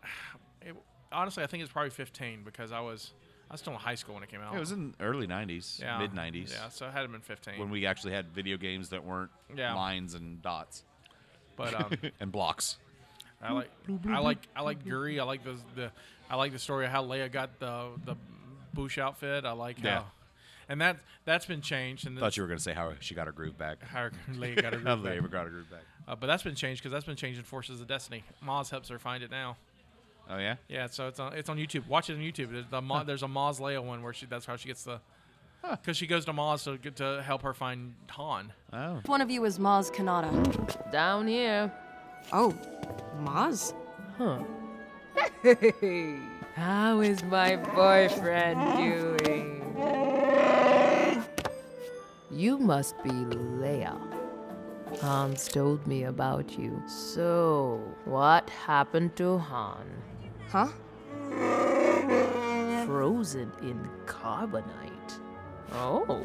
it, honestly I think it's probably 15 because I was I was still in high school when it came out.
It was in the early 90s,
yeah,
mid 90s.
Yeah, so it had been 15.
When we actually had video games that weren't
Yeah.
lines and dots
but um.
and blocks.
I like I like I like Guri. I like the the I like the story of how Leia got the the Bush outfit. I like how,
Yeah.
and that that's been changed. And
Thought you were going to say how she got her groove back.
how Leia got her
How
group
they
back.
ever got her groove back.
Uh, but that's been changed because that's been changed in Forces of Destiny. Moz helps her find it now.
Oh, yeah?
Yeah, so it's on it's on YouTube. Watch it on YouTube. There's, the Ma, there's a Moz Leia one where she that's how she gets the because she goes to Moz to get to help her find Han.
Oh.
One of you is Maz Kanata.
Down here.
Oh, Maz?
How is my boyfriend doing? You must be Leia. Hans told me about you. So, what happened to Han?
Huh?
Frozen in carbonite. Oh,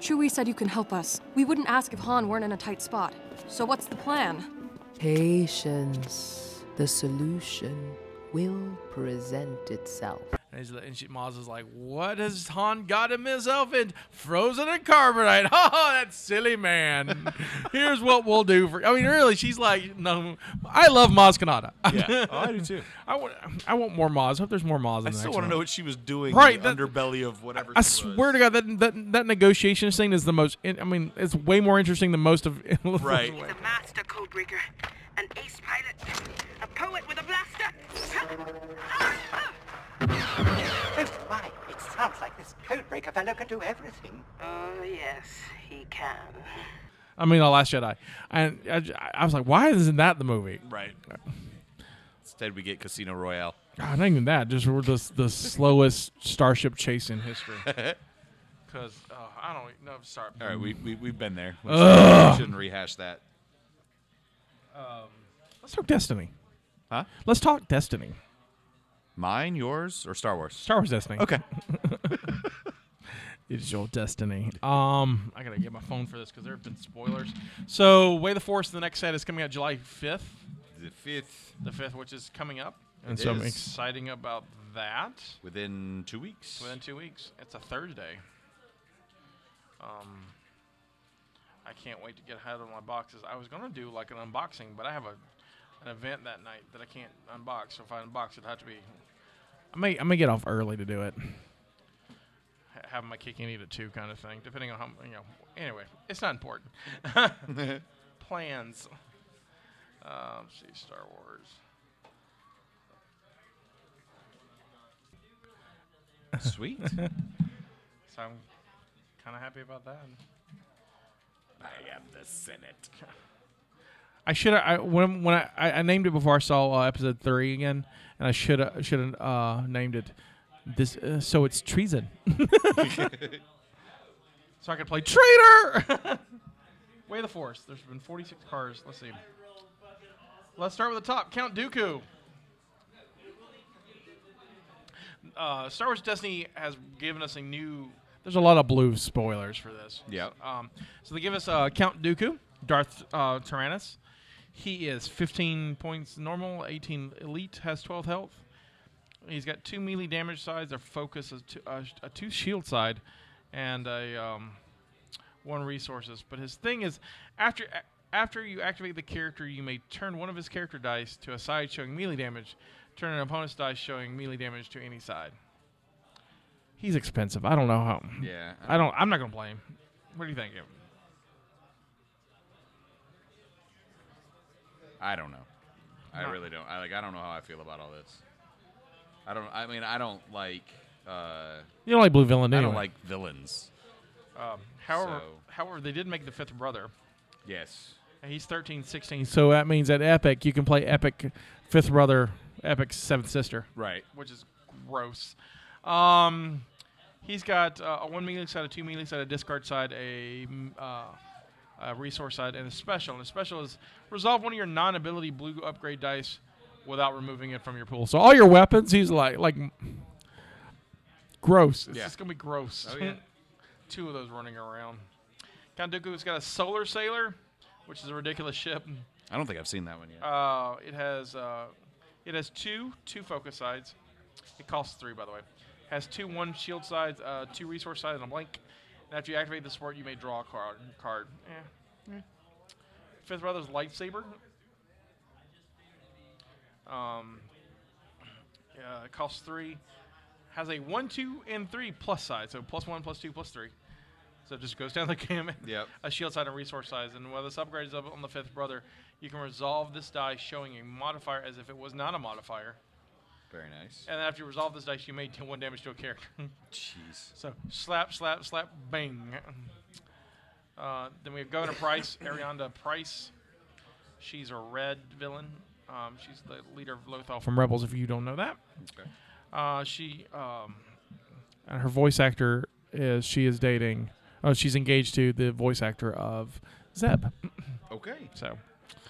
Chewie said you can help us. We wouldn't ask if Han weren't in a tight spot. So what's the plan?
Patience. The solution will present itself.
And, he's, and she, Maz is like, "What has Han gotten himself in? Frozen and carbonite. Oh, that silly man. Here's what we'll do for. I mean, really, she's like, no. I love Maz Kanata.
Yeah. Oh, I do too.
I want. I want more Maz. Hope there's more Maz. In
I
the next
still want to
one.
know what she was doing
Right,
in the
that-
underbelly of whatever.
I
she was.
swear to God, that, that that negotiations thing is the most. in- I mean, it's way more interesting than most of.
Right.
He's a master code breaker, an ace pilot, a poet with a blaster.
Oh my, it sounds like this codebreaker fellow can do everything.
Oh, yes, he can.
I mean, the Last Jedi, and I, I was like, why isn't that the movie?
Right. Instead, we get Casino Royale.
God, not even that. Just we're the the slowest starship chase in history. Because uh, I don't know. Sorry.
All right, we, we we've been there. We
Ugh.
shouldn't rehash that.
Let's talk Destiny.
Huh?
Let's talk Destiny.
Mine, yours, or Star Wars?
Star Wars Destiny.
Okay.
it's your destiny. Um, I gotta get my phone for this because there have been spoilers. So, Way of the Force, the next set is coming out July fifth,
The fifth,
the fifth, which is coming up,
It
and so I'm
is.
exciting about that.
within two weeks.
Within two weeks, it's a Thursday. Um, I can't wait to get ahead of my boxes. I was gonna do like an unboxing, but I have a an event that night that I can't unbox. So if I unbox, it'd have to be. I may I may get off early to do it. Have my kick and eat it too, kind of thing. Depending on how you know. Anyway, it's not important. Plans. Uh, let's see, Star Wars.
Sweet.
So I'm kind of happy about that.
I am the Senate.
I should I when when I, I I named it before I saw uh, episode three again, and I should I should have uh, named it this uh, so it's treason, so I could play traitor. Way of the Force. There's been 46 cars. Let's see. Let's start with the top. Count Dooku. Uh, Star Wars Destiny has given us a new. There's a lot of blue spoilers for this.
Yeah.
Um, so they give us uh, Count Dooku, Darth uh, Tyrannus. He is 15 points normal, 18 elite, has 12 health. He's got two melee damage sides, a focus, a two, uh, a two shield side, and a um, one resources. But his thing is, after a- after you activate the character, you may turn one of his character dice to a side showing melee damage, turn an opponent's dice showing melee damage to any side. He's expensive. I don't know how.
Yeah.
I don't. I'm not gonna play him. What do you think?
I don't know. I
Not-
really don't. I like. I don't know how I feel about all this. I don't. I mean, I don't like. Uh,
You don't like Blue Villain,
I
anyway.
don't like villains.
Um, however,
So-
however, they did make the fifth brother.
Yes.
And he's 13, 16. So that means at Epic, you can play Epic Fifth Brother, Epic Seventh Sister.
Right.
Which is gross. Um, he's got uh, a one melee side, a two melee side, a discard side, a, mm, uh, a resource side, and a special. And a special is resolve one of your non ability blue upgrade dice without removing it from your pool. So all your weapons, he's like, like gross. It's
Yeah.
just going to be gross.
Oh, yeah.
Two of those running around. Count Dooku's got a solar sailor, which is a ridiculous ship.
I don't think I've seen that one yet.
Uh, it has uh, it has two two focus sides. It costs three, by the way. Has two one shield sides, uh, two resource sides, and a blank. And after you activate the support, you may draw a card. Card. Eh. Fifth Brother's lightsaber. Um, yeah, it costs three. Has a one, two, and three plus side, so plus one, plus two, plus three. So it just goes down the gamut.
Yep.
A shield side and resource size, and when this upgrade is up on the fifth brother, you can resolve this die showing a modifier as if it was not a modifier.
Very nice.
And after you resolve this dice, you may deal one damage to a character.
Jeez.
so slap, slap, slap, bang. Uh, then we have Governor Price, Arianda Price. She's a red villain. Um, she's the leader of Lothal from Rebels, if you don't know that.
Okay.
Uh, she um, and her voice actor is she is dating. Oh, she's engaged to the voice actor of Zeb.
Okay.
So.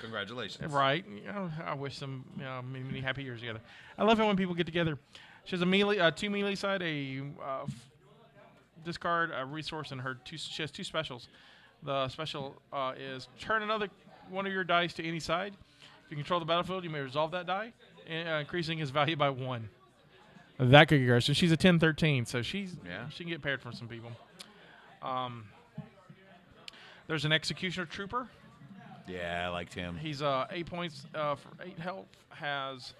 Congratulations.
Right. You know, I wish them you know, many, many happy years together. I love it when people get together. She has a melee, uh, two melee side, a uh, f- discard a resource and her two. She has two specials. The special uh, is turn another one of your dice to any side. If you control the battlefield, you may resolve that die, in- uh, increasing his value by one. That could get her. So she's a 10 13, so she's yeah. she can get paired from some people. Um, there's an executioner trooper.
Yeah, I liked him.
He's uh, eight points uh, for eight health. Has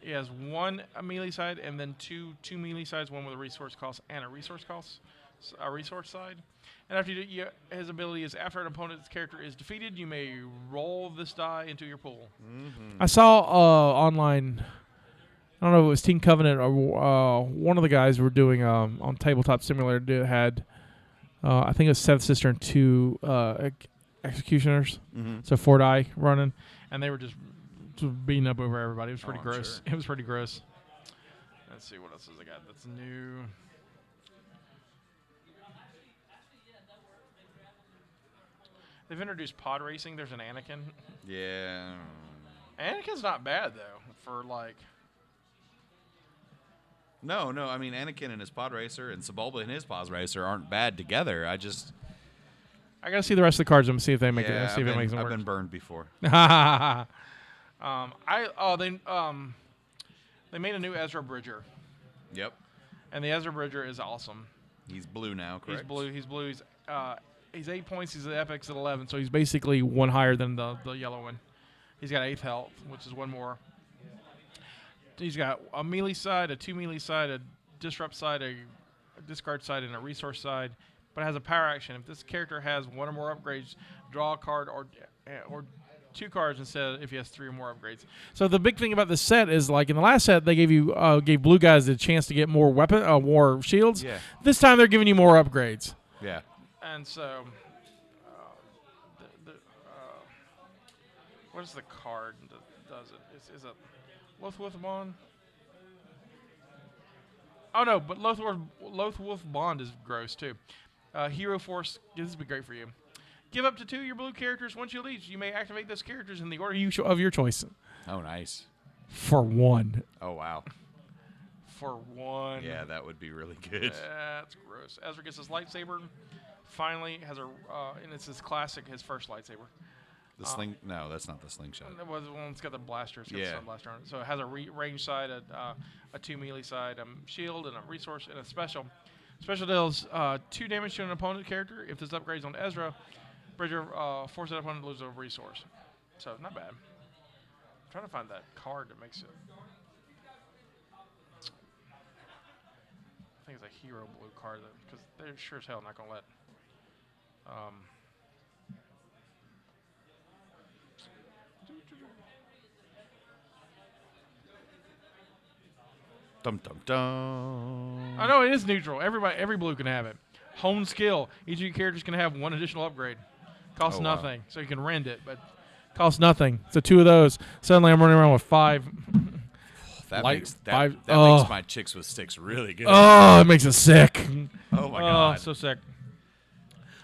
he has one uh, melee side and then two two melee sides, one with a resource cost and a resource cost, s- a resource side. And after you, do- you, his ability is after an opponent's character is defeated, you may roll this die into your pool.
Mm-hmm.
I saw uh, online. I don't know if it was Team Covenant or uh, one of the guys were doing um, on Tabletop Simulator do- had. Uh, I think it was Seventh Sister and two uh, ex- executioners,
Mhm.
so four die running, and they were just, just beating up over everybody. It was pretty
Oh, I'm
gross.
sure.
It was pretty gross. Let's see what else has I got that's new. They've introduced pod racing. There's an Anakin.
Yeah.
Anakin's not bad though for like
No, no. I mean, Anakin and his pod racer and Sebulba and his pod racer aren't bad together. I just
I gotta see the rest of the cards and see if they make
yeah,
it. See
I've
if
been,
it makes them
I've
work.
been burned before.
um, I oh they um, they made a new Ezra Bridger,
Yep.
and the Ezra Bridger is awesome.
He's blue now, correct?
He's blue. He's blue. He's uh, he's eight points. He's the epics at eleven, so he's basically one higher than the the yellow one. He's got eighth health, which is one more. He's got a melee side, a two melee side, a disrupt side, a discard side, and a resource side. But it has a power action. If this character has one or more upgrades, draw a card or eh, or two cards instead if he has three or more upgrades. So the big thing about the set is like in the last set they gave you uh, gave blue guys the chance to get more weapon uh, more shields.
Yeah.
This time they're giving you more upgrades.
Yeah.
And so, uh, the, the, uh, what is the card that does it? Is, is it Loth Wolf Bond? Oh no, but Loth Wolf, Loth Wolf Bond is gross too. Uh, Hero Force, this would be great for you. Give up to two of your blue characters once you leech. You may activate those characters in the order you cho- of your choice.
Oh, nice.
For one.
Oh, wow.
For one.
Yeah, that would be really good.
That's gross. Ezra gets his lightsaber. Finally, has a uh, and it's his classic, his first lightsaber.
The
Uh,
sling? no, that's not the slingshot.
and That was the one that's got the blaster. It's got
Yeah.
the sun blaster on it. So it has a re- range side, a, uh, a two melee side, a m- shield, and a resource, and a special. Special deals uh, two damage to an opponent character. If this upgrades on Ezra, Bridger uh, forces that opponent to lose a resource. So not bad. I'm trying to find that card that makes it. I think it's a hero blue card because they're sure as hell not gonna let. Um,
Dum dum dum.
I know it is neutral. Everybody, every blue can have it. Home skill. Each of your characters can have one additional upgrade. Costs
Oh, wow.
nothing, so you can rend it, but costs nothing. So two of those. Suddenly, I'm running around with five.
That
light-
makes that,
five-
that
oh.
makes my chicks with sticks really good.
Oh, it makes it sick.
Oh my god,
so sick.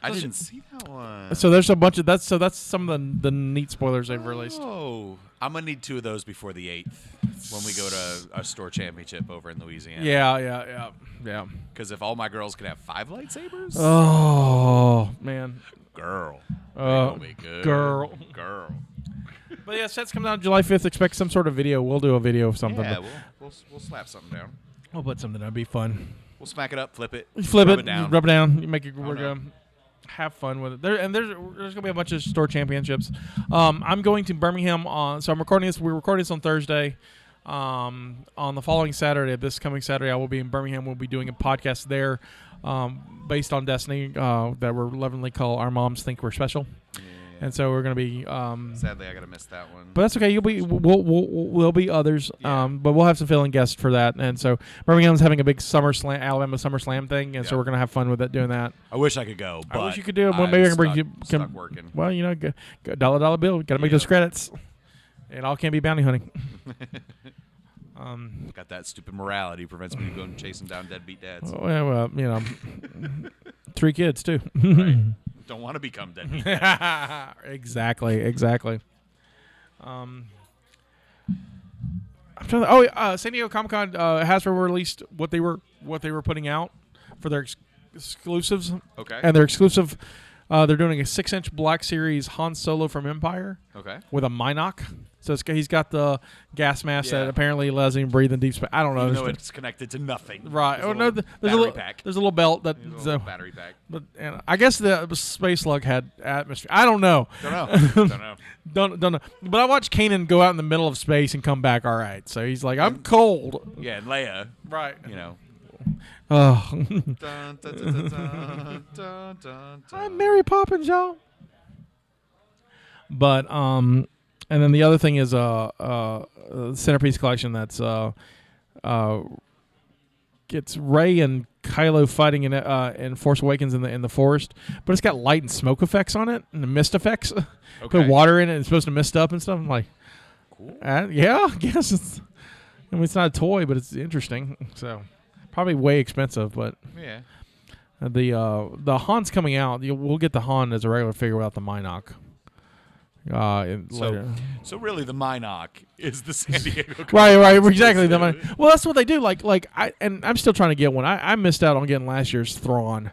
I
So she-
didn't see that one.
So there's a bunch of that's so that's some of the, the neat spoilers they've released.
Oh, I'm gonna need two of those before the eighth when we go to our store championship over in Louisiana.
Yeah, yeah, yeah, yeah.
Because if all my girls could have five lightsabers,
Oh man,
girl, they
Oh,
gonna be good.
girl.
girl.
But yeah, sets coming out July 5th. Expect some sort of video. We'll do a video of something.
Yeah,
but
we'll, we'll we'll slap something down.
we'll put something. That'd be fun.
We'll smack it up, flip it,
You flip
rub
it,
it down.
rub it down. You make it
Oh,
work.
no.
um, Have fun with it. There and there's there's gonna be a bunch of store championships. Um, I'm going to Birmingham on. So I'm recording this. We're recording this on Thursday. Um, on the following Saturday, this coming Saturday, I will be in Birmingham. We'll be doing a podcast there, um, based on Destiny, uh, that we're lovingly call "Our Moms Think We're Special," and so we're gonna be. Um,
Sadly, I gotta miss that one.
but that's okay. You'll be we'll we'll, we'll be others. Um, but we'll have some filling guests for that. And so Birmingham's having a big summer slam, Alabama summer slam thing, and so we're gonna have fun with it doing that.
I wish I could go. But
I wish you could do it. Well, maybe I
I'm
can bring
stuck-
you. Can,
stuck working.
Well, you know, g- g- dollar dollar bill. Got to make those credits. It all can't be bounty hunting. um,
Got that stupid morality prevents me from going chasing down deadbeat dads.
well, Oh, yeah, well, you know, three kids too.
Don't want to become deadbeat dads.
exactly, exactly. Um, I'm trying to, oh, yeah, uh, San Diego Comic Con uh, has released what they were what they were putting out for their ex- exclusives.
Okay.
And they're exclusive. Uh, they're doing a six-inch Black Series Han Solo from Empire.
Okay.
With a Minoc, so it's, he's got the gas mask
Yeah.
that apparently allows him to breathe in deep space. I don't know.
Even
It's
though
been-
it's connected to nothing.
Right.
There's
Oh
a
no.
little
th- There's a
battery
little
pack.
There's a little belt that.
There's a
so-
little battery pack.
But and I guess the space lug had atmosphere. I don't know.
Don't know. Don't know.
don't don't know. But I watched Kanan go out in the middle of space and come back all right. So he's like, I'm cold.
Yeah, and Leia.
Right.
You know.
Oh.
Dun, dun, dun, dun, dun, dun, dun.
I'm Mary Poppins, y'all. But um, and then the other thing is uh uh, uh centerpiece collection that's uh uh gets Ray and Kylo fighting in uh in Force Awakens in the in the forest, but it's got light and smoke effects on it and the mist effects.
Okay.
Put water in it, it's supposed to mist up and stuff. I'm like, uh, yeah, I guess it's. I mean, it's not a toy, but it's interesting. So, probably way expensive, but
Yeah.
uh, The uh, the Han's coming out. You- We'll get the Han as a regular figure without the Minoc. Uh, in-
So,
later.
so really, the Minoc is the San Diego.
Right,
Comic-Con
right, exactly. The
exclusive.
Min- well, that's what they do. Like, like I and I'm still trying to get one. I, I missed out on getting last year's Thrawn.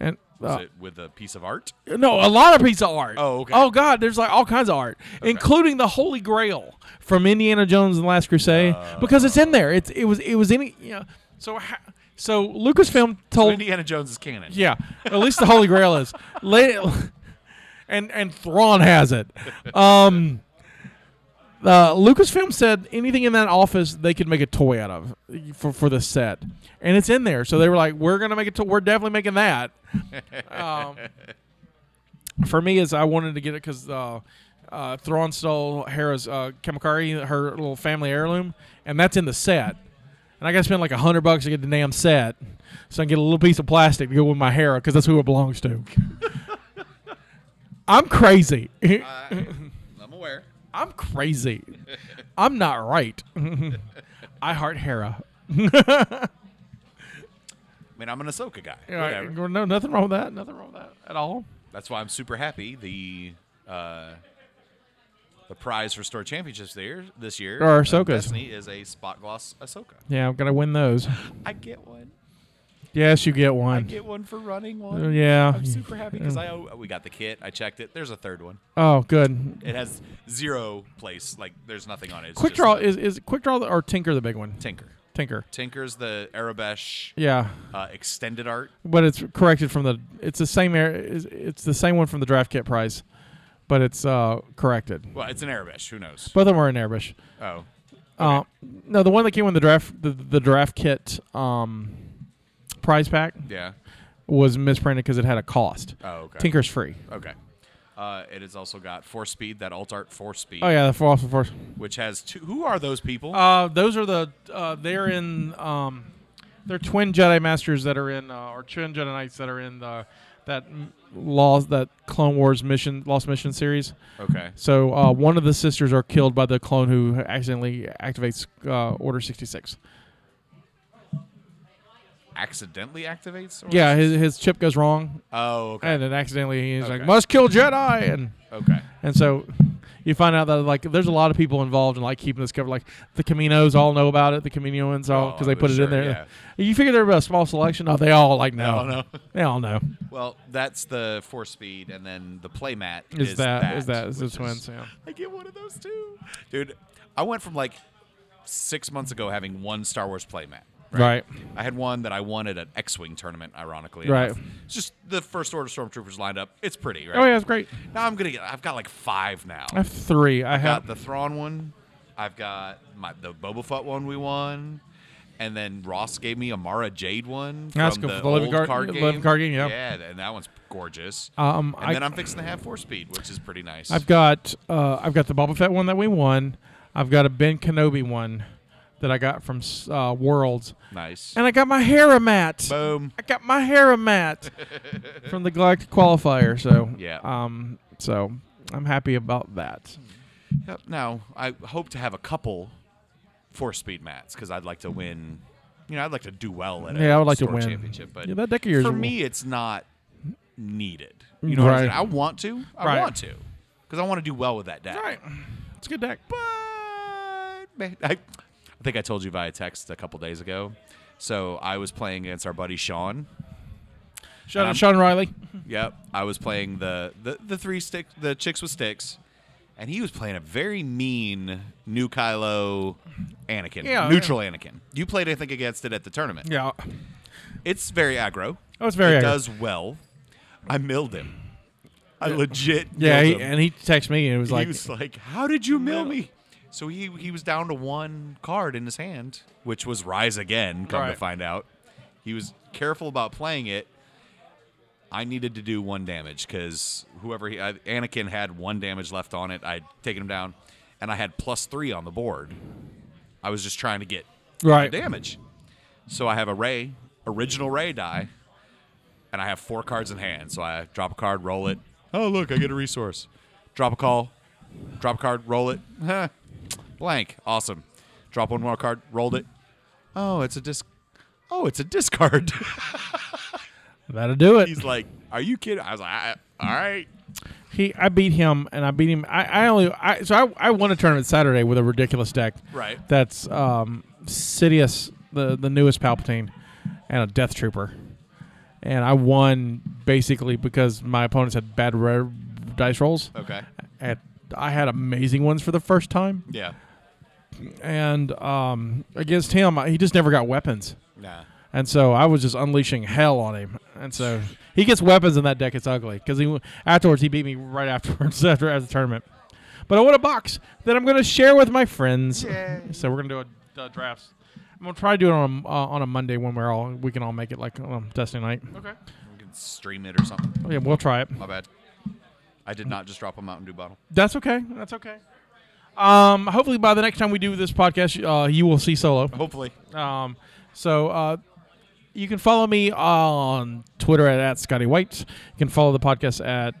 And
Was
uh,
it with a piece of art?
no, a lot of piece of art.
Oh, okay.
Oh God, there's like all kinds of art, including the Holy Grail from Indiana Jones and the Last Crusade, because it's
Oh.
in there. It's it was it was in. You know, so ha- so Lucasfilm
So
told
Indiana Jones is canon.
Oh. yeah, at least the Holy Grail is. La- and and Thrawn has it. Um, uh, Lucasfilm said anything in that office they could make a toy out of for for the set, and it's in there. So they were like, "We're gonna make it. To- we're definitely making that." um, for me, is I wanted to get it because uh, uh, Thrawn stole Hera's uh, Kamakari, her little family heirloom, and that's in the set. And I got to spend like a hundred bucks to get the damn set, so I can get a little piece of plastic to go with my Hera because that's who it belongs to. I'm crazy.
I'm aware.
I'm crazy. I'm not right. I heart Hera.
I mean, I'm an Ahsoka guy.
Yeah,
Whatever.
no, nothing wrong with that. Nothing wrong with that at all.
That's why I'm super happy. The uh, the prize for store championships there this year
Are
of
Ahsokas.
Destiny is a spot gloss Ahsoka.
Yeah, I'm gonna win those.
I get one.
Yes, you get one.
I get one for running one.
Uh, yeah.
I'm super happy because
Yeah.
I owe- we got the kit. I checked it. There's a third one.
Oh, good.
It has zero place. Like there's nothing on it. It's
quick
just
draw
a-
is is quick draw or Tinker the big one?
Tinker.
Tinker.
Tinker's the Arabesh.
Yeah.
Uh, extended art.
But it's corrected from the. It's the same. air- It's it's the same one from the draft kit prize, but it's uh corrected.
Well, it's an Arabesh. Who knows?
Both of them are in Arabish.
Oh.
Uh, no, the one that came with the draft the, the draft kit um, prize pack.
Yeah.
Was misprinted because it had a cost.
Oh, okay.
Tinker's free.
Okay. Uh, it has also got four speed. That alt art four speed.
Oh yeah, the four for four.
Which has two. Who are those people?
Uh, those are the uh, they're in um, they're twin Jedi Masters that are in uh, or twin Jedi Knights that are in the that m- laws that Clone Wars mission Lost Mission series.
Okay.
So uh, one of the sisters are killed by the clone who accidentally activates uh, Order sixty six.
Accidentally activates. or-
Yeah, his, his chip goes wrong.
Oh, okay.
And then accidentally he's like,
Okay.
"Must kill Jedi," and
Okay.
And so you find out that like there's a lot of people involved in like keeping this covered. Like the Caminos all know about it. The Caminoans all because
Oh,
they put it
sure,
in there. You figure there'd be a small selection. Oh, they all like
They
know.
all know.
They all know.
Well, that's the four speed, and then the playmat
Is
is,
that- is that- is the
which
twins, yeah.
I get one of those too, dude. I went from like six months ago having one Star Wars playmat.
Right.
I had one that I won at an X-wing tournament, ironically.
Right.
enough. It's just the first order stormtroopers lined up. It's pretty, right?
Oh, yeah, it's great.
Now I'm gonna get. I've got like five now.
I have three. I
I've
have-
got the Thrawn one. I've got my the Boba Fett one we won. And then Ross gave me a Mara Jade one from
That's
the,
good for the living
old
card-
card game.
living card game, yeah.
Yeah, and that one's gorgeous.
Um,
and
I-
then I'm fixing to have four speed, which is pretty nice.
I've got uh, I've got the Boba Fett one that we won. I've got a Ben Kenobi one that I got from s- uh, Worlds.
Nice. Um,
And I got my Hera mat.
Boom.
I got my Hera mat from the Galactic Qualifier. So
Yeah.
Um. So I'm happy about that.
Yep. Now I hope to have a couple four speed mats because I'd like to win. You know, I'd like to do well at a
Yeah, I would like to
store
win.
championship. But
Yeah, that deck of yours
for
will-
me, it's not needed. You know what I'm
Right.
saying? I want to. I
Right.
want to because I want to do well with that deck.
Right. It's a good deck.
But man, I, I think I told you via text a couple days ago So I was playing against our buddy Sean.
Shout out
And I'm-
Sean Riley.
Yep, I was playing the the, the three stick the chicks with sticks, and he was playing a very mean new Kylo Anakin,
Yeah,
neutral Anakin. You played, I think, against it at the tournament.
Yeah.
It's very aggro.
Oh, it's very
It
aggro.
does well. I milled him. I legit.
Yeah,
milled
he,
him.
and he texted me and it was
he
like,
was like, "How did you mill me?" So he he was down to one card in his hand, which was Rise Again. Come to
Right.
find out, he was careful about playing it. I needed to do one damage because whoever he, I, Anakin had one damage left on it. I'd taken him down, and I had plus three on the board. I was just trying to get
Right.
damage. So I have a Ray, original Ray die, and I have four cards in hand. So I drop a card, roll it. Oh, look, I get a resource. Drop a call, drop a card, roll it. Huh. Blank. Awesome. Drop one more card, rolled it. Oh, it's a disc. Oh, it's a discard.
"That'll do it."
He's like, "Are you kidding?" I was like, I, "All right."
He, I beat him, and I beat him. I, I only, I so I, I won a tournament Saturday with a ridiculous deck.
Right.
That's um, Sidious, the the newest Palpatine, and a Death Trooper, and I won basically because my opponents had bad rare dice rolls.
Okay.
And I had amazing ones for the first time.
Yeah.
And um, against him, I- he just never got weapons.
Nah.
And so I was just unleashing hell on him. And so he gets weapons in that deck. It's ugly because he afterwards he beat me right afterwards after after the tournament. But I want a box that I'm going to share with my friends. so we're going to do a uh, drafts. I'm going to try to do it on a, uh, on a Monday when we're all we can all make it like um, Destiny night.
Okay. We can stream it or something.
Oh, yeah, we'll try it.
My bad. I did not just drop a Mountain Dew bottle.
That's okay. That's okay. Um, hopefully by the next time we do this podcast, uh, you will see Solo.
Hopefully.
Um, so uh, you can follow me on Twitter at, at Scotty White. You can follow the podcast at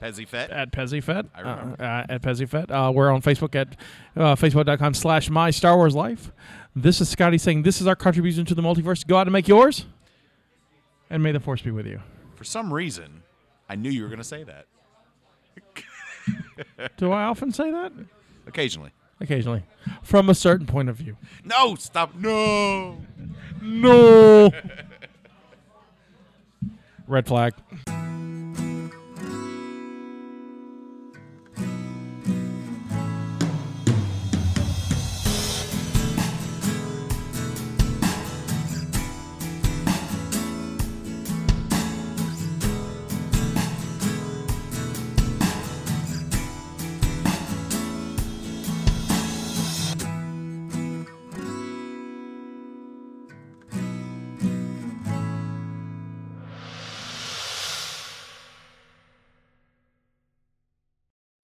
Pezzy Fett.
at Pezzy Fed.
I remember.
Uh, uh, at Pezzy Fed. Uh, we're on Facebook at uh, facebook.com slash my Star Wars life. This is Scotty saying this is our contribution to the multiverse. Go out and make yours. And may the force be with you.
For some reason, I knew you were going to say that.
Do I often say that?
Occasionally.
Occasionally. From a certain point of view.
No, stop. No.
No. Red flag.